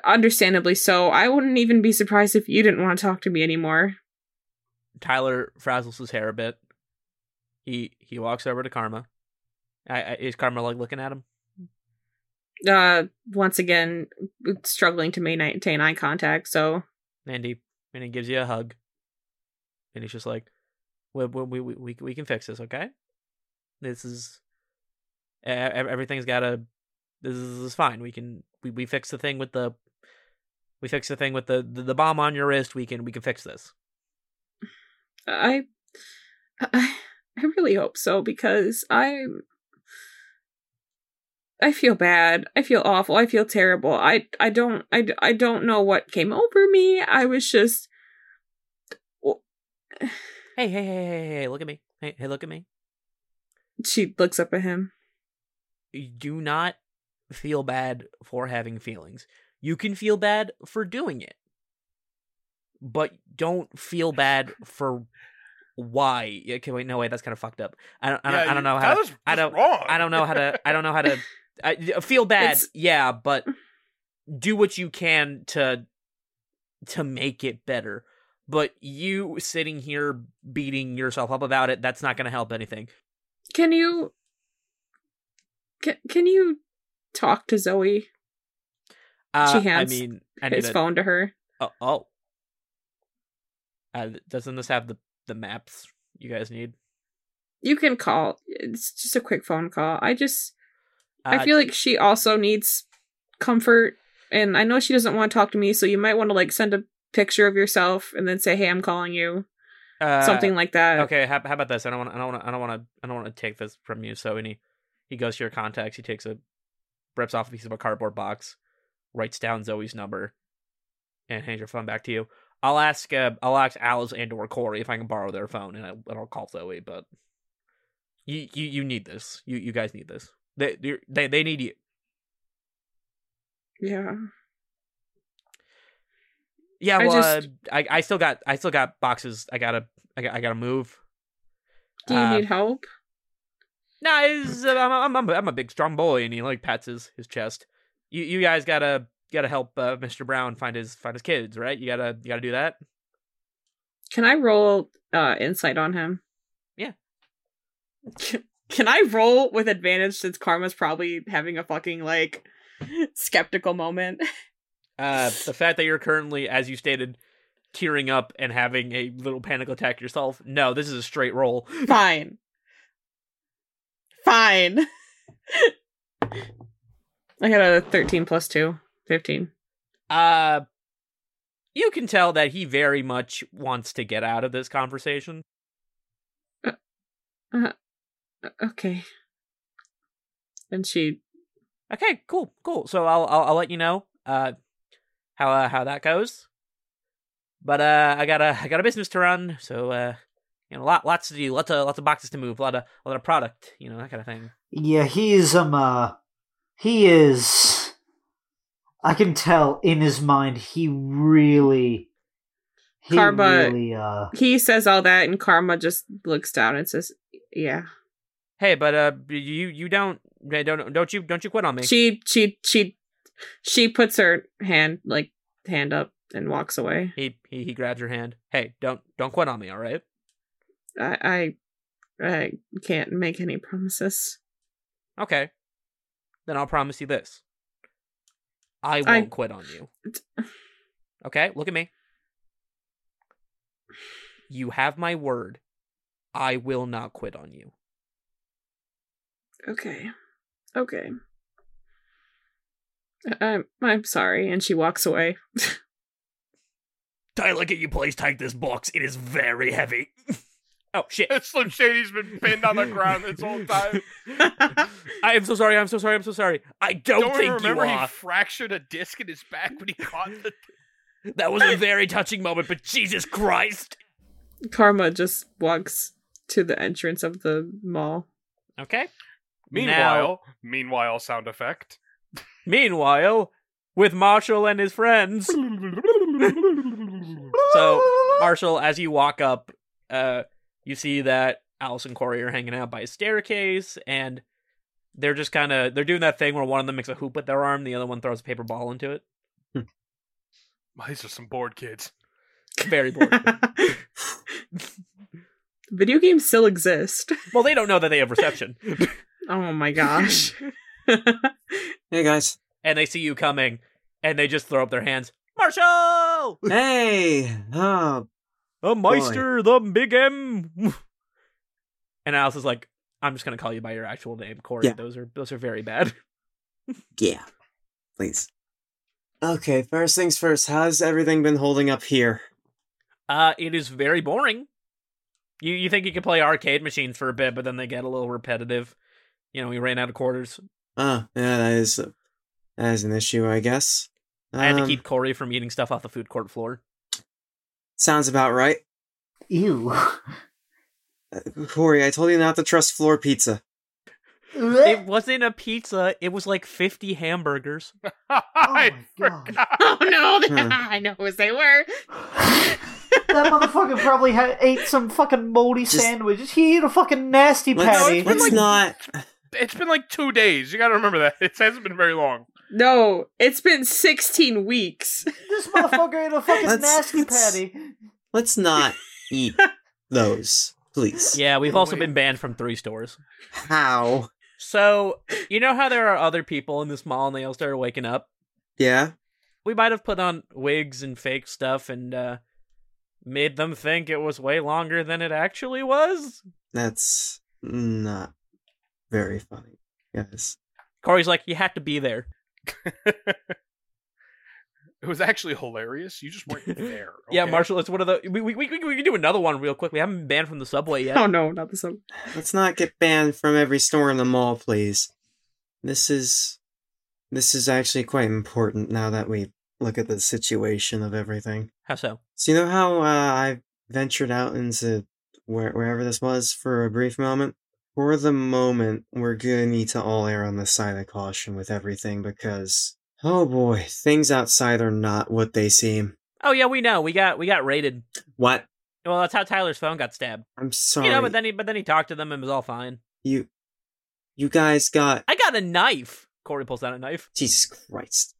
S6: understandably so. I wouldn't even be surprised if you didn't want to talk to me anymore.
S3: Tyler frazzles his hair a bit. He he walks over to Karma. I, I, is Karma like looking at him?
S6: Uh once again struggling to maintain eye contact. So
S3: And he and he gives you a hug. And he's just like, we we we we- we, we can fix this, okay? This is e- e- everything's got to. This is, this is fine. We can we we fix the thing with the. We fix the thing with the, the the bomb on your wrist. We can we can fix this.
S6: I I I really hope so because I I feel bad. I feel awful. I feel terrible. I I don't I, I don't know what came over me. I was just
S3: Hey hey hey hey hey! hey, Look at me! Hey hey! Look at me!
S6: she looks up at him.
S3: do not feel bad for having feelings. You can feel bad for doing it, but don't feel bad for why. Okay, wait, no, wait, that's kind of fucked up. I don't, I don't,
S7: Yeah,
S3: I don't
S7: you-
S3: know how. To,
S7: Tyler's
S3: I
S7: just
S3: don't-
S7: Wrong.
S3: I don't know how to. I don't know how to. I, feel bad,
S6: It's-
S3: yeah, but do what you can to to make it better. But you sitting here beating yourself up about it, that's not going to help anything.
S6: Can you can, can you talk to Zoe?
S3: Uh,
S6: hands
S3: I mean, I need
S6: His
S3: a-
S6: phone to her.
S3: Oh, oh. Uh, th- doesn't this have the the maps you guys need?
S6: You can call. It's just a quick phone call. I just
S3: Uh,
S6: I feel like she also needs comfort, and I know she doesn't want to talk to me, so you might want to like send a picture of yourself and then say, "Hey, I'm calling you,"
S3: uh,
S6: something like that.
S3: Okay, how, how about this? I don't want. I don't want. I don't want to. I don't want to take this from you. So any, he goes to your contacts. He takes a rips off a piece of a cardboard box, writes down Zoe's number, and hands your phone back to you. I'll ask uh, I'll ask Alice and or Corey if I can borrow their phone, and, I, and I'll call Zoe. But you, you you need this. You you guys need this. They you're- they they need you.
S6: Yeah.
S3: Yeah.
S6: I
S3: Well, I,
S6: just-
S3: I I still got I still got boxes. I gotta I got I gotta move.
S6: Do you
S3: Uh,
S6: need help?
S3: Nah, it's, uh, I'm, I'm, I'm, a- I'm a big strong boy, and he like pats his, his chest. You you guys gotta gotta help uh, Mr. Brown find his find his kids, right? You gotta you gotta do that.
S6: Can I roll uh insight on him?
S3: Yeah.
S6: Can, can I roll with advantage since Karma's probably having a fucking like skeptical moment?
S3: Uh, the fact that you're currently, as you stated, tearing up and having a little panic attack yourself. No, this is a straight roll.
S6: Fine. Fine. I got a 13 plus 2, 15.
S3: Uh, you can tell that he very much wants to get out of this conversation.
S6: Okay. And she
S3: Okay, cool, cool. So I'll I'll, I'll let you know uh how uh, how that goes. But uh, I got a I got a business to run, so uh, you know, lot lots to do, lots of lots of boxes to move, a lot of a lot of product, you know, that kind of thing.
S4: Yeah, he is um uh he is I can tell in his mind he really he
S6: Karma-
S4: really uh
S6: he says all that and Karma just looks down and says, "Yeah."
S3: Hey, but uh, you you don't hey, don't don't you don't you quit on me?
S6: She she she she puts her hand like hand up and walks away.
S3: He he he grabs your hand. Hey, don't don't quit on me, all right?
S6: I I, I can't make any promises.
S3: Okay. Then I'll promise you this. I won't
S6: I-
S3: quit on you. Okay, look at me. You have my word. I will not quit on you.
S6: Okay. Okay. I- I'm I'm sorry and she walks away.
S3: Tyler, can you please take this box? It is very heavy. oh shit.
S7: Slim Shady's been pinned on the ground this whole time.
S3: I am so sorry, I'm so sorry, I'm so sorry. I don't,
S7: Don't we
S3: think you
S7: remember he
S3: are.
S7: fractured a disc in his back when he caught the.
S3: That was a very touching moment, but Jesus Christ.
S6: Karma just walks to the entrance of the mall.
S3: Okay.
S7: Meanwhile, meanwhile, sound effect.
S3: Meanwhile, with Marshall and his friends. so, Marshall, as you walk up, uh, you see that Alice and Corey are hanging out by a staircase, and they're just kind of they're doing that thing where one of them makes a hoop with their arm, the other one throws a paper ball into it.
S7: These are some bored kids.
S3: Very bored.
S6: Video games still exist.
S3: well, they don't know that they have reception,
S6: Oh my gosh.
S5: Hey guys.
S3: and they see you coming, and they just throw up their hands. Marshall,
S5: Hey. Oh,
S3: the Meister, the Big M. And Alice is like, "I'm just gonna call you by your actual name, Corey.
S5: Yeah.
S3: Those are those are very bad."
S5: yeah. Please. Okay, first things first. How's everything been holding up here?
S3: Uh, it is very boring. You you think you can play arcade machines for a bit, but then they get a little repetitive. You know, we ran out of quarters.
S5: Ah, yeah, that is that is an issue, I guess.
S3: I had to
S5: Um,
S3: keep Corey from eating stuff off the food court floor.
S5: Sounds about right.
S4: ew.
S5: Uh, Corey, I told you not to trust floor pizza.
S7: Eh.
S4: Oh
S3: It wasn't a pizza. It was like fifty hamburgers.
S7: I
S4: my God.
S7: forgot.
S6: oh no,
S5: Hmm.
S6: I know who they were.
S4: that motherfucker probably ha- ate some fucking moldy
S5: Just-
S4: sandwiches. He ate a fucking nasty
S5: Let's,
S4: patty.
S5: let's not.
S7: It's been like two days. You gotta remember that. It hasn't been very long.
S6: No, it's been 16 weeks.
S4: This motherfucker ate a fucking
S5: Let's-
S4: nasty
S5: let's-
S4: patty.
S5: Let's not eat those, please.
S3: Yeah, we've
S7: Oh,
S3: also
S7: wait.
S3: been banned from three stores.
S5: How?
S3: So you know how there are other people in this mall, and they all started waking up.
S5: Yeah.
S3: We might have put on wigs and fake stuff and uh, made them think it was way longer than it actually was.
S5: That's not very funny, guys.
S3: Corey's like, you had to be there.
S7: It was actually hilarious. You just weren't there.
S3: Yeah,
S7: okay?
S3: Marshall, it's one of the. We, we, we, we can do another one real quick. We haven't been banned from the subway yet.
S6: Oh no, not this one.
S5: Let's not get banned from every store in the mall, please. This is This is actually quite important now that we look at the situation of everything.
S3: How so?
S5: So you know how uh, I ventured out into where, wherever this was for a brief moment. For the moment, we're gonna need to all err on the side of caution with everything because oh boy, things outside are not what they seem.
S3: Oh yeah, we know. We got we got raided.
S5: What?
S3: Well, that's how Tyler's phone got stabbed.
S5: I'm sorry.
S3: You know, but then he but then he talked to them and it was all fine.
S5: you, you guys got
S3: I got a knife. Corey pulls out a knife.
S5: Jesus Christ.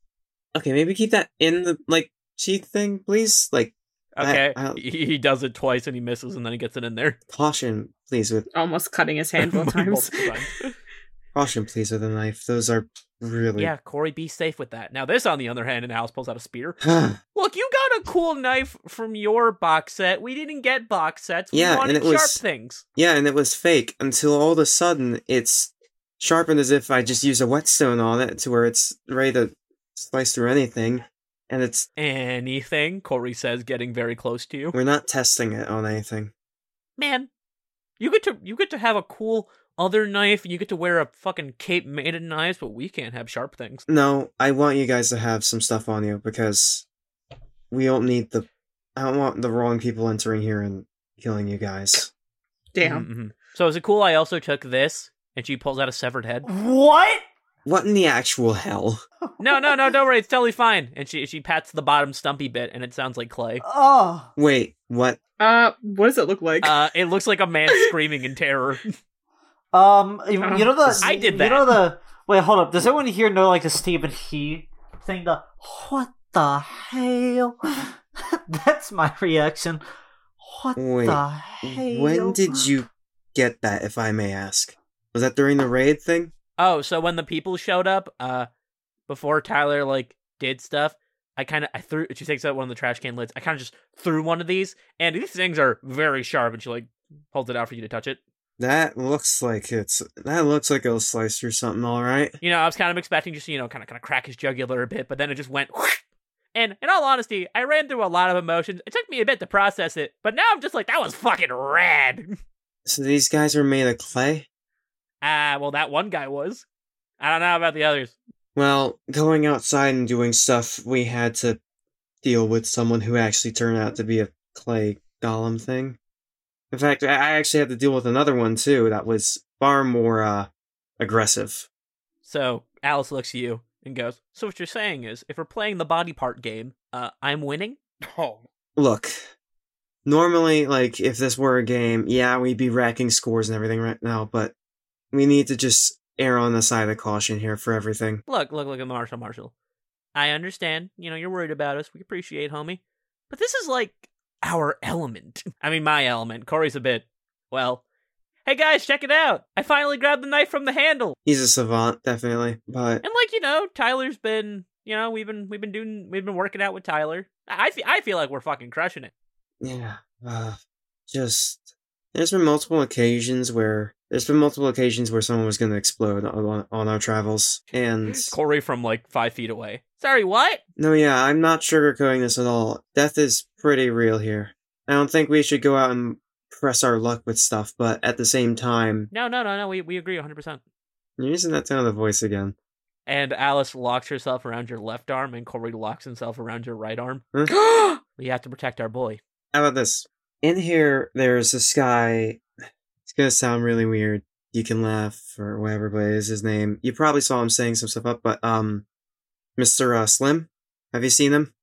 S5: Okay, maybe keep that in the like cheek thing, please. Like I-
S3: Okay.
S5: I don't-
S3: he, he does it twice and he misses and then he gets it in there.
S5: caution, please with
S6: Almost cutting his hand both times.
S3: Multiple times.
S5: caution, please with a knife. Those are really
S3: yeah, Corey, be safe with that. Now this on the other hand, and House pulls out a spear.
S5: yeah,
S3: Look, you got a cool knife from your box set. We didn't get box sets. We
S5: Yeah, and
S3: wanted
S5: it was-
S3: sharp things.
S5: and it was fake until all of a sudden it's sharpened as if I just used a whetstone on it to where it's ready to slice through anything. And it's
S3: Anything, Corey says, getting very close to you.
S5: we're not testing it on anything.
S3: Man, you get to you get to have a cool other knife, and you get to wear a fucking cape made of knives, but we can't have sharp things.
S5: No, I want you guys to have some stuff on you because we don't need the I don't want the wrong people entering here and killing you guys.
S4: Mm.
S6: Damn.
S3: Mhm. So is it cool? I also took this, and she pulls out a severed head.
S4: What?
S5: What in the actual hell?
S3: No, no, no, don't worry, it's totally fine. And she she pats the bottom stumpy bit, and it sounds like clay.
S4: Oh.
S5: Wait, what?
S6: Uh, what does it look like?
S3: Uh, it looks like a man screaming in terror.
S4: Um. You, you know the.
S3: I did
S4: You know the. Wait, hold up. Does anyone here know like the Stephen He thing? The what the hell? That's my reaction. What
S5: Wait,
S4: the hell?
S5: When did you get that, if I may ask? Was that during the raid thing?
S3: Oh, so when the people showed up, uh, before Tyler like did stuff, I kind of I threw. She takes out one of the trash can lids. I kind of just threw one of these, and these things are very sharp. And she like holds it out for you to touch it.
S5: That looks like it's that looks like it'll slice through something, all right.
S3: You know, I was kind of expecting just you know kind of kind of crack his jugular a bit, but then it just went. And in all honesty, I ran through a lot of emotions. It took me a bit to process it, but now I'm just like, that was fucking rad.
S5: So these guys are made of clay.
S3: Ah, well, that one guy was. I don't know about the others.
S5: Well, going outside and doing stuff, we had to deal with someone who actually turned out to be a clay golem thing. In fact, I I actually had to deal with another one too that was far more uh, aggressive.
S3: So Alice looks at you and goes, "So what you're saying is, if we're playing the body part game, uh, I'm winning."
S7: Oh,
S5: look normally like if this were a game yeah we'd be racking scores and everything right now but we need to just err on the side of caution here for everything
S3: Look, look, look at Marshall, Marshall. I understand. You know, you're worried about us. We appreciate, homie. But this is like our element. I mean, my element. Corey's a bit. Well, hey guys, check it out. I finally grabbed the knife from the handle.
S5: he's a savant definitely but
S3: And like you know, Tyler's been. You know, we've been we've been doing we've been working out with Tyler. I I fe- I feel like we're fucking crushing it.
S5: yeah uh, just there's been multiple occasions where there's been multiple occasions where someone was going to explode on, on, on our travels and
S3: Corey from like five feet away. Sorry, what?
S5: no yeah i'm not sugarcoating this at all death is pretty real here i don't think we should go out and press our luck with stuff but at the same time
S3: No, no, no, no. We we agree 100. percent
S5: You're using that tone of voice again.
S3: and Alice locks herself around your left arm, and Corey locks himself around your right arm.
S4: Uh,
S3: We have to protect our boy.
S5: How about this? In here, there's this guy. It's gonna sound really weird. You can laugh or whatever, but it is his name. You probably saw him saying some stuff up, but um, Mr. Uh, Slim, have you seen him?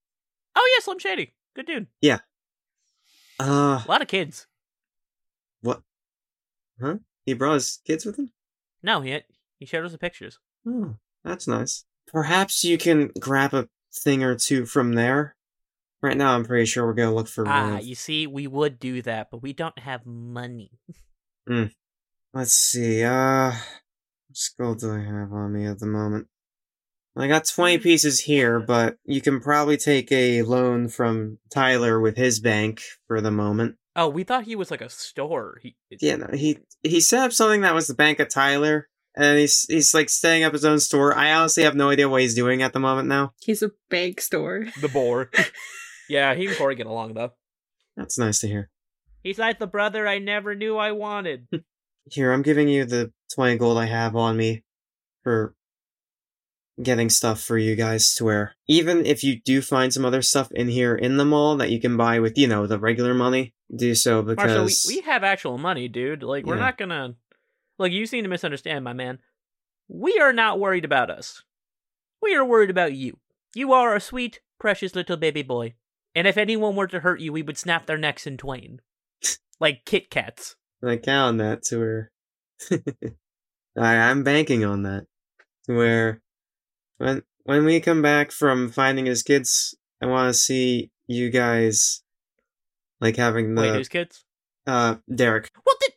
S3: Oh yeah, Slim Shady, good dude.
S5: Uh,
S3: A lot of kids.
S5: he brought his kids with him.
S3: No, he he showed us the pictures.
S5: Oh, that's nice. Perhaps you can grab a thing or two from there. Right now, I'm pretty sure we're gonna look for. one
S3: Ah,
S5: of-
S3: you see, we would do that, but we don't have money.
S5: Let's see. Uh, what skull do I have on me at the moment? I got 20 pieces here, but you can probably take a loan from Tyler with his bank for the moment.
S3: Oh, we thought he was like a store. He,
S5: Yeah, no, he he set up something that was the bank of Tyler, and he's he's like setting up his own store. I honestly have no idea what he's doing at the moment now.
S6: He's a bank store.
S3: the boar. yeah, he and Corey get along though.
S5: That's nice to hear.
S3: He's like the brother I never knew I wanted.
S5: Here, I'm giving you the 20 gold I have on me for getting stuff for you guys to wear. Even if you do find some other stuff in here in the mall that you can buy with, you know, the regular money, do so because
S3: Marshall, we, we have actual money, dude. Like, we're
S5: Yeah.
S3: not gonna. Like, you seem to misunderstand, my man. We are not worried about us. We are worried about you. You are a sweet, precious little baby boy. And if anyone were to hurt you, we would snap their necks in twain. like Kit Kats.
S5: like on that to where I, I'm banking on that to where when when we come back from finding his kids, I want to see you guys like having
S3: Wait,
S5: the
S3: who's kids?
S5: uh Derek.
S3: What the?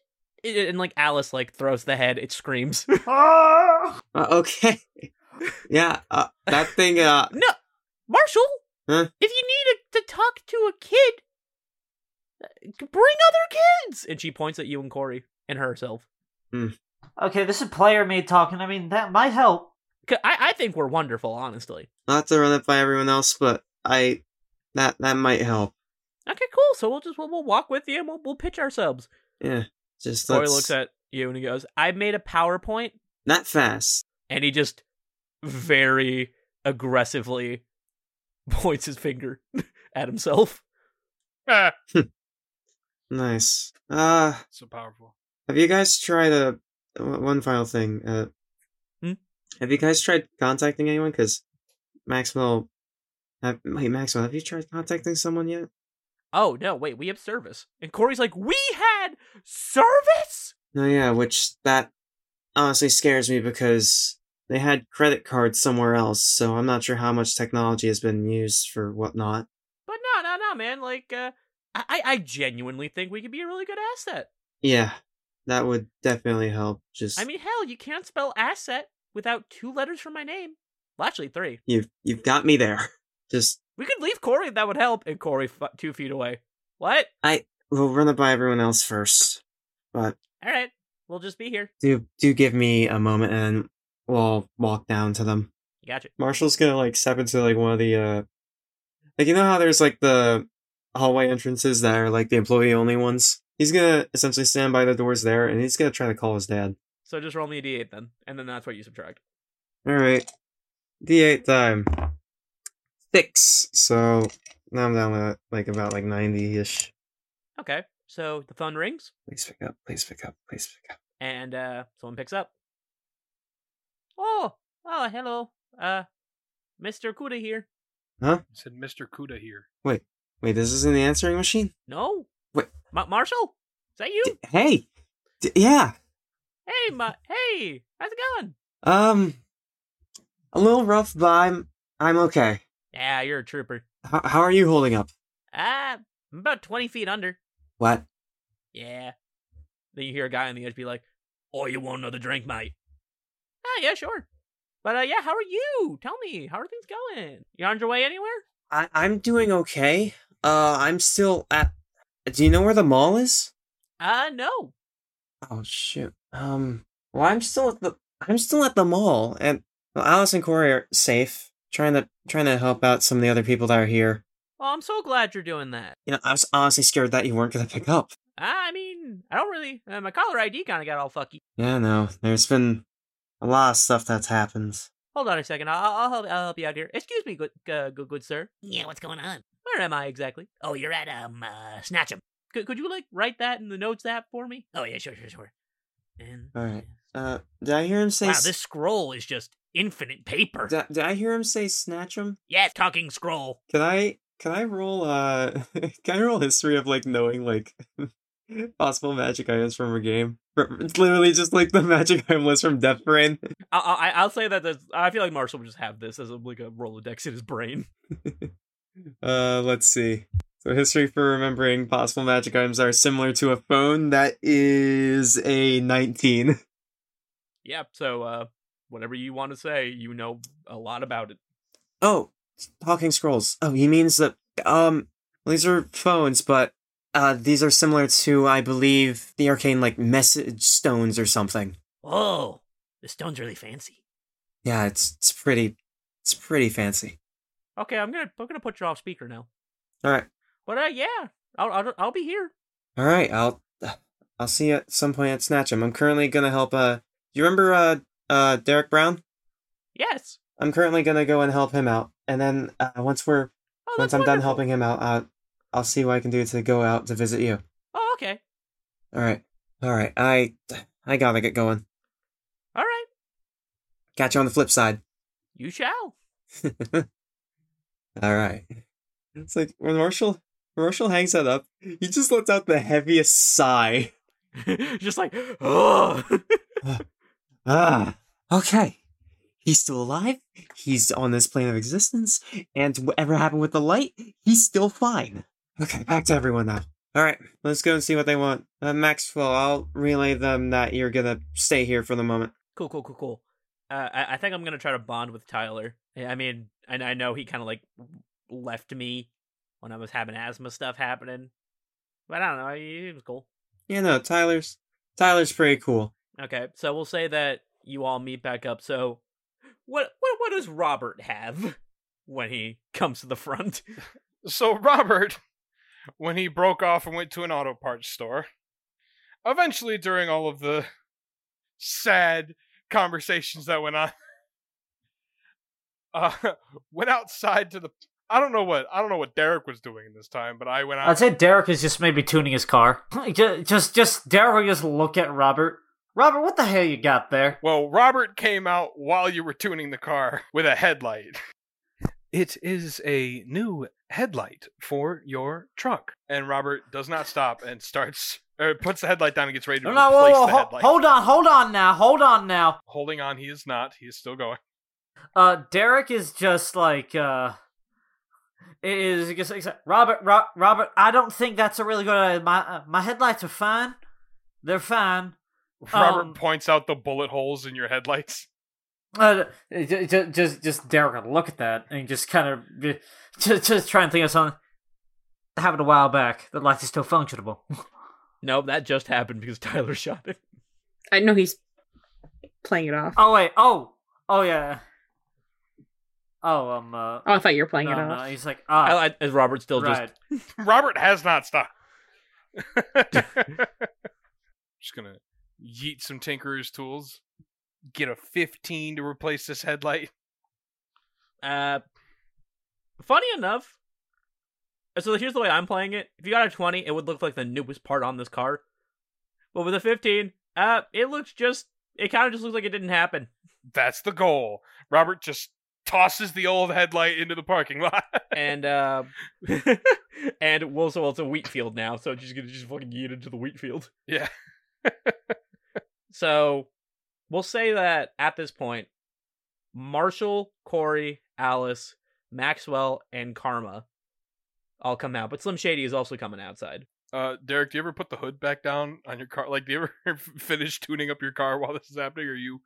S3: And like Alice, like throws the head. It screams.
S5: Uh, okay, yeah, uh, that thing. Uh,
S3: No, Marshall.
S5: Huh?
S3: If you need a, to talk to a kid, uh, bring other kids. And she points at you and Corey and herself.
S4: Okay, this is player made talking. I mean, that might help.
S3: 'Cause I, I think we're wonderful, honestly.
S5: not to run it by everyone else, but I that that might help.
S3: Okay, cool. So we'll just we'll, we'll walk with you and we'll we'll pitch ourselves.
S5: Yeah, just
S3: Corey
S5: let's,
S3: looks at you and he goes, "I made a PowerPoint,"
S5: not fast.
S3: and he just very aggressively points his finger at himself.
S7: Ah,
S5: Nice. Uh
S7: so powerful.
S5: Have you guys tried a one one final thing? Uh,
S3: Hmm?
S5: Have you guys tried contacting anyone? Because Maxwell, have, wait, Maxwell, have you tried contacting someone yet?
S3: Oh no! Wait, we have service, and Corey's like, "We had service."
S5: No, Oh, yeah, which that honestly scares me because they had credit cards somewhere else, so I'm not sure how much technology has been used for whatnot.
S3: But no, no, no, man. Like, uh, I, I- I genuinely think we could be a really good asset.
S5: Yeah, that would definitely help. Just
S3: I mean, hell, you can't spell asset without two letters from my name. Well, actually, three.
S5: you've you've got me there. Just
S3: We could leave Corey. That would help. And Corey, fu- two feet away. What?
S5: we'll run it by everyone else first, but
S3: All right, we'll just be here.
S5: do do give me a moment and we'll walk down to them.
S3: Gotcha.
S5: Marshall's gonna like step into like one of the uh like you know how there's like the hallway entrances that are like the employee only ones? He's gonna essentially stand by the doors there and he's gonna try to call his dad.
S3: So just roll me a d8 then, and then that's what you subtract.
S5: Alright. D eight time. Six. So now I'm down with like about like ninety ish.
S3: Okay. So the phone rings,
S5: Please pick up, please pick up, please pick up.
S3: and uh, someone picks up. Oh, oh, hello, uh, Mister Kuda here.
S7: said Mr. Kuda here.
S5: Wait, this isn't the answering machine?
S3: No.
S5: Wait.
S3: Ma- Marshall, is that you?
S5: D- hey! D- yeah.
S3: Hey, Ma- hey, how's it going?
S5: Um a little rough, but I'm I'm okay.
S3: Yeah, you're a trooper.
S5: H- how are you holding up?
S3: Ah, I'm about 20 feet under.
S5: What?
S3: Yeah. Then you hear a guy on the edge be like, Oh, you want another drink, mate? Ah, yeah, sure. But uh, yeah, how are you? Tell me, how are things going? You on your way anywhere?
S5: I- I'm doing okay. Uh, I'm still at. Do you know where the mall is?
S3: Uh, no.
S5: Oh shoot. Um. Well, I'm still at the. I'm still at the mall, and well, Alice and Corey are safe. Trying to trying to help out some of the other people that are here.
S3: Oh, I'm so glad you're doing that.
S5: You know, I was honestly scared that you weren't gonna pick up.
S3: I mean, I don't really. Uh, my caller ID kind of got all fucky.
S5: Yeah, no. There's been a lot of stuff that's happened.
S3: Hold on a second. I'll, I'll help. I'll help you out here. Excuse me, good, uh, good, good sir. Yeah, what's going on? Where am I exactly? Oh, you're at um, uh, Snatchem. Could could you like write that in the notes app for me? Oh yeah, sure, sure, sure. And
S5: All right. Uh, did I hear him say?
S3: wow,
S5: s-
S3: this scroll is just infinite paper.
S5: Did, did I hear him say snatch him?
S3: yeah, talking scroll.
S5: Can I can I roll uh can I roll history of like knowing like possible magic items from a game? For- It's literally just like the magic item list from Death Brain.
S3: I, I I'll say that. that's- I feel like Marshall would just have this as a, like a rolodex in his brain.
S5: Uh let's see. So history for remembering possible magic items are similar to a phone. That is a nineteen.
S3: Yep. So uh, whatever you want to say, you know a lot about it.
S5: Oh, talking scrolls. Oh, he means that um these are phones, but uh these are similar to I believe the arcane like message stones or something.
S3: Whoa, the stone's really fancy.
S5: Yeah, it's it's pretty it's pretty fancy.
S3: Okay, I'm gonna I'm gonna put you off speaker now.
S5: All right.
S3: But uh, yeah, I'll, I'll I'll be here.
S5: All right, I'll I'll see you at some point at Snatchem. I'm currently going to help uh do you remember uh uh Derek Brown?
S3: Yes.
S5: I'm currently gonna go and help him out, and then uh, once we're
S3: Oh,
S5: once
S3: that's
S5: I'm done
S3: wonderful.
S5: helping him out, uh, I'll see what I can do to go out to visit you.
S3: Oh, okay.
S5: All right, all right. I I gotta get going.
S3: All right.
S5: Catch you on the flip side.
S3: You shall.
S5: all right. It's like when Marshall when Marshall hangs that up. He just lets out the heaviest sigh.
S3: Just like, oh.
S5: Ah, okay. He's still alive. He's on this plane of existence, and whatever happened with the light, he's still fine. Okay, back to everyone now. All right, let's go and see what they want. Uh, Maxwell, I'll relay them that you're gonna stay here for the moment.
S3: cool, cool, cool, cool. Uh, I, I think I'm gonna try to bond with Tyler. I I mean, I, I know he kind of like left me when I was having asthma stuff happening, but I don't know. He, he was cool.
S5: You know, Tyler's Tyler's pretty cool.
S3: Okay, so we'll say that you all meet back up. So, what what what does Robert have when he comes to the front?
S7: So Robert, when he broke off and went to an auto parts store, eventually during all of the sad conversations that went on, uh, went outside to the. I don't know what I don't know what Derek was doing in this time, but I went out.
S4: I'd say Derek is just maybe tuning his car. Ju- Just, just Derek will just look at Robert. Robert, what the hell you got there?
S7: well, Robert came out while you were tuning the car with a headlight.
S2: It is a new headlight for your truck.
S7: and Robert does not stop and starts or puts the headlight down and gets ready
S4: No,
S7: to
S4: no,
S7: replace
S4: whoa, whoa,
S7: the
S4: ho-
S7: headlight.
S4: hold on, hold on now, hold on now.
S7: Holding on, he is not. He is still going.
S4: Uh, Derek is just like, uh, is is just like, Robert, Ro- Robert, I don't think that's a really good idea. My, uh, my headlights are fine. They're fine. Um,
S7: Robert points out the bullet holes in your headlights.
S4: Uh, j- j- just, just Derek will look at that and just kind of, just, just try and think of something. That happened a while back. The lights are still functionable.
S3: Nope, that just happened because Tyler shot it.
S6: I know he's playing it off. Oh,
S4: Oh wait. Oh. Oh yeah. Oh um. Uh,
S6: I thought you were playing
S4: no,
S6: it
S4: no,
S6: off.
S4: He's like
S3: I,
S4: ah.
S3: I, and Robert's still
S4: right.
S3: just
S7: Robert has not stopped. Just gonna yeet some tinkerer's tools. Get a fifteen to replace this headlight.
S3: Uh, funny enough, so here's the way I'm playing it. If you got a 20, it would look like the newest part on this car. But with a 15, uh, it looks just, it kind of just looks like it didn't happen.
S7: That's the goal. Robert just tosses the old headlight into the parking lot.
S3: And, uh, and well, so well, it's a wheat field now, so it's just gonna just fucking yeet into the wheat field.
S7: yeah.
S3: So we'll say that at this point, Marshall, Corey, Alice, Maxwell, and Karma all come out, but Slim Shady is also coming outside.
S7: Uh, Derek, do you ever put the hood back down on your car? Like, do you ever finish tuning up your car while this is happening, or you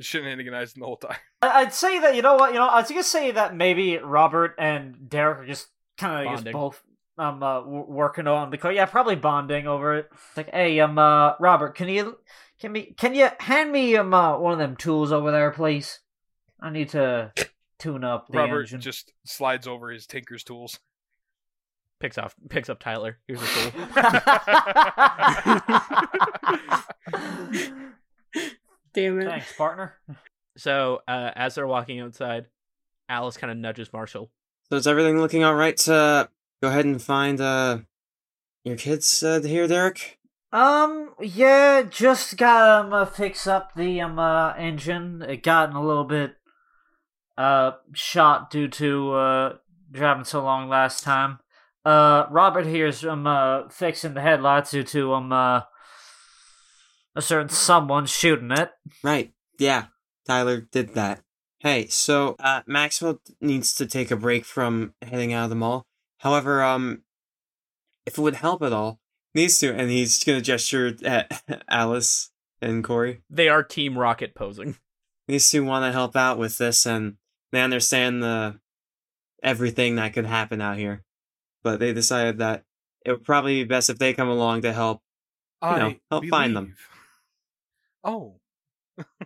S7: shenaniganizing the whole time?
S4: I- I'd say that you know what you know. I was gonna say that maybe Robert and Derek are just kind of just
S3: Bonding.
S4: both um uh, w- working on the code. Yeah, probably bonding over it. It's like hey um uh Robert, can you can me can you hand me um uh, one of them tools over there, please? I need to tune up the
S7: Robert
S4: engine.
S7: just slides over his tinker's tools.
S3: picks off picks up Tyler. Here's a tool.
S6: Damn it.
S4: Thanks, partner.
S3: so uh, as they're walking outside, Alice kind of nudges Marshall.
S5: So is everything looking all right? To go ahead and find uh your kids uh, here, Derek.
S4: Um, yeah, just gotta um, uh, fix up the um uh, engine. It gotten a little bit uh shot due to uh driving so long last time. Uh, Robert here's um uh fixing the headlights due to um uh a certain someone shooting it.
S5: Right. Yeah. Tyler did that. Hey, so uh, Maxwell needs to take a break from heading out of the mall. However, um, if it would help at all, needs to, and he's gonna gesture at Alice and Corey.
S3: They are Team Rocket posing.
S5: These two want to help out with this, and they understand the everything that could happen out here. But they decided that it would probably be best if they come along to help.
S2: I
S5: know, help find them.
S2: believe- Oh.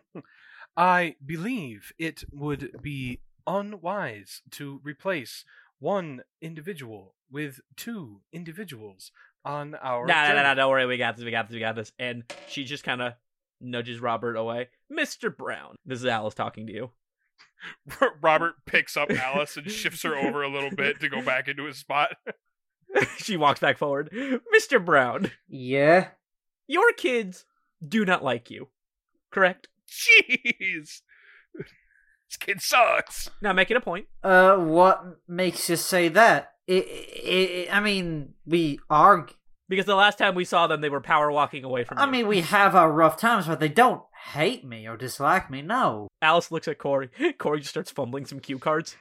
S2: I believe it would be unwise to replace one individual with two individuals on our
S3: Nah, nah, nah,
S2: journey.
S3: nah, don't worry, we got this, we got this, we got this. And she just kind of nudges Robert away. Mister Brown, this is Alice talking to you.
S7: Robert picks up Alice and shifts her over a little bit to go back into his spot.
S3: she walks back forward. Mr. Brown,
S4: Yeah.
S3: your kids do not like you. Correct?
S7: Jeez. This kid sucks.
S3: Now make it a point.
S4: Uh, what makes you say that? I i i I mean, we are.
S3: Because the last time we saw them, they were power walking away from
S4: I
S3: you.
S4: mean, we have our rough times, but they don't hate me or dislike me. No.
S3: Alice looks at Corey. Corey just starts fumbling some cue cards.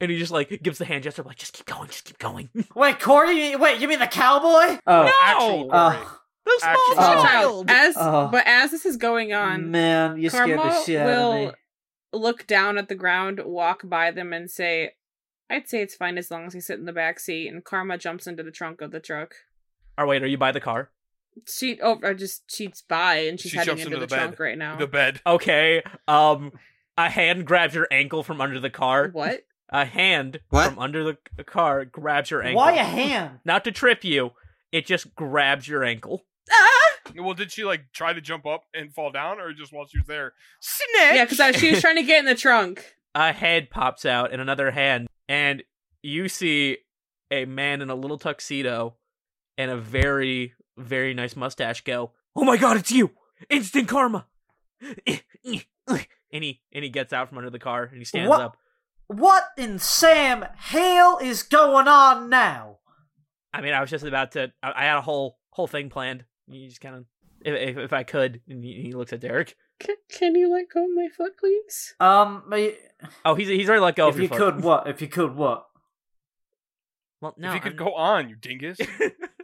S3: and he just like gives the hand gesture like, just keep going, just keep going.
S4: Wait, Corey. you- Wait, you mean the cowboy? Oh.
S3: No!
S7: Actually,
S4: Uh,
S3: The small
S7: Actually-
S4: Oh.
S3: child!
S6: As
S4: Oh.
S6: but as this is going on,
S4: man, you scared the
S6: Karma
S4: shit out of
S6: will
S4: me.
S6: look down at the ground, walk by them, and say, "I'd say it's fine as long as you sit in the back seat." And Karma jumps into the trunk of the truck.
S3: Or wait, are you by the car?
S6: She oh, or just she's by, and she's
S7: She
S6: heading
S7: jumps
S6: into,
S7: into
S6: the,
S7: the
S6: trunk
S7: bed.
S6: right now.
S7: the bed.
S3: Okay. Um a hand grabs your ankle from under the car.
S6: What?
S3: A hand
S5: What?
S3: from under the c- car grabs your ankle.
S4: Why a hand?
S3: Not to trip you, it just grabs your ankle.
S6: Ah!
S7: Well, did she like try to jump up and fall down, or just while she was there? Snitch.
S6: Yeah, because she was trying to get in the trunk.
S3: a head pops out and another hand, and you see a man in a little tuxedo and a very, very nice mustache go, Oh my god, it's you! Instant karma! And he and he gets out from under the car and he stands
S4: What?
S3: up.
S4: What in Sam hell is going on now?
S3: I mean, I was just about to. I, I had a whole whole thing planned. You just kind of, if, if if I could. And he, he looks at Derek.
S6: Can, can you let go of my foot, please?
S4: Um, I-
S3: Oh, he's he's already let go.
S4: if
S3: of
S4: you
S3: your foot.
S4: could, what? If you could, what?
S3: well, no,
S7: if you could
S3: I'm-
S7: go on, you dingus.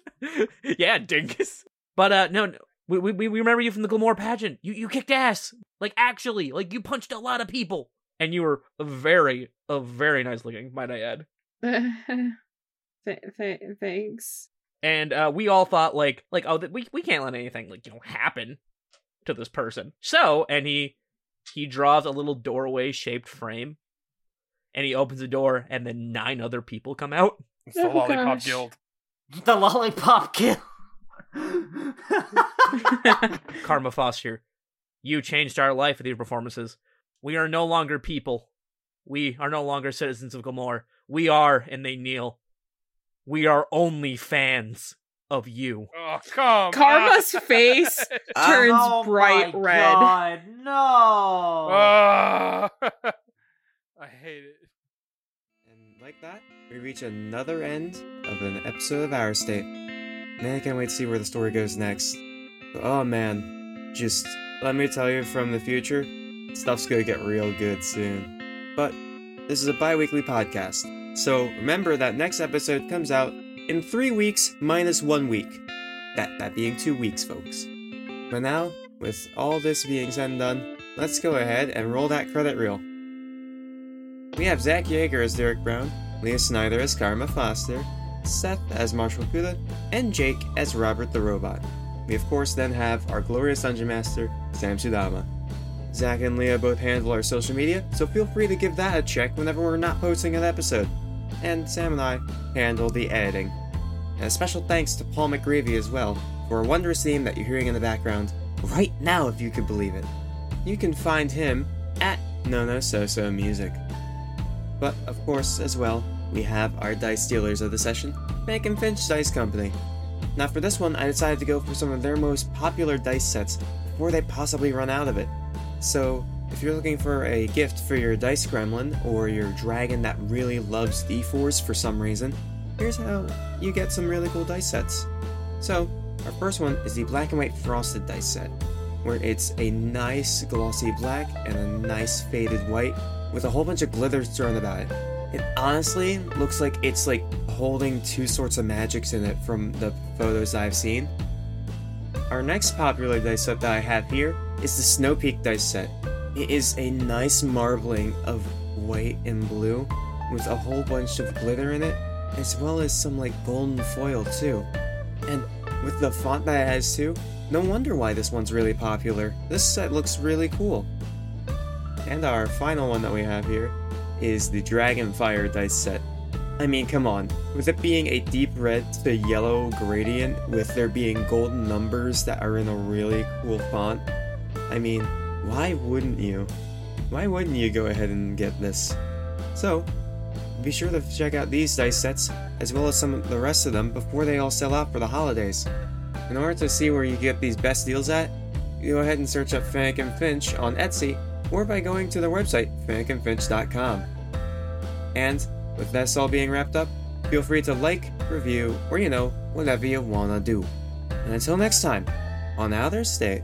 S3: yeah, dingus. But uh, no, no, we we we remember you from the Gilmore pageant. You you kicked ass, like actually, like you punched a lot of people, and you were very, uh, very nice looking, might I add.
S6: Th- th- thanks.
S3: And uh, we all thought like like oh, that we we can't let anything like you know happen to this person. So and he he draws a little doorway shaped frame, and he opens the door, and then nine other people come out.
S7: It's the
S6: Oh,
S7: lollipop
S6: gosh.
S7: guild.
S4: The lollipop kill.
S3: Karma Foster, you changed our life with your performances. We are no longer people. We are no longer citizens of Gilmore. We are, and they kneel. We are only fans of you.
S7: Oh come.
S6: Karma's
S7: on.
S6: face turns
S4: Oh my
S6: bright red.
S4: God, no.
S7: Ah. I hate it.
S5: And like that, we reach another end of an episode of Our State. Man, I can't wait to see where the story goes next. But, oh man, just let me tell you from the future, stuff's gonna get real good soon. But this is a bi weekly podcast, so remember that next episode comes out in three weeks minus one week. That, that being two weeks, folks. But now, with all this being said and done, let's go ahead and roll that credit reel. We have Zach Yeager as Derek Brown, Leah Snyder as Karma Foster, Seth as Marshall Kuda, and Jake as Robert the Robot. We, of course, then have our glorious Dungeon Master, Sam Sudama. Zach and Leah both handle our social media, so feel free to give that a check whenever we're not posting an episode. And Sam and I handle the editing. And a special thanks to Paul McGreevy as well for a wondrous theme that you're hearing in the background right now, if you could believe it. You can find him at No No So So Music. But of course, as well, we have our dice dealers of the session, Mac and Finch Dice Company. Now, for this one, I decided to go for some of their most popular dice sets before they possibly run out of it. So, if you're looking for a gift for your dice gremlin or your dragon that really loves d4s for some reason, here's how you get some really cool dice sets. So, our first one is the black and white frosted dice set, where it's a nice glossy black and a nice faded white with a whole bunch of glitters thrown about it. It honestly looks like it's like holding two sorts of magics in it from the photos I've seen. Our next popular dice set that I have here is the Snow Peak dice set. It is a nice marbling of white and blue with a whole bunch of glitter in it, as well as some like golden foil too. And with the font that it has too, no wonder why this one's really popular. This set looks really cool. And our final one that we have here is the Dragonfire dice set. I mean, come on. With it being a deep red to yellow gradient, with there being golden numbers that are in a really cool font, I mean, why wouldn't you? why wouldn't you go ahead and get this? So, be sure to check out these dice sets, as well as some of the rest of them, before they all sell out for the holidays. In order to see where you get these best deals at, go ahead and search up Fennec and Finch on Etsy, or by going to their website, fennecandfinch.com. And, with this all being wrapped up, feel free to like, review, or you know, whatever you wanna do. And until next time, on Outer State,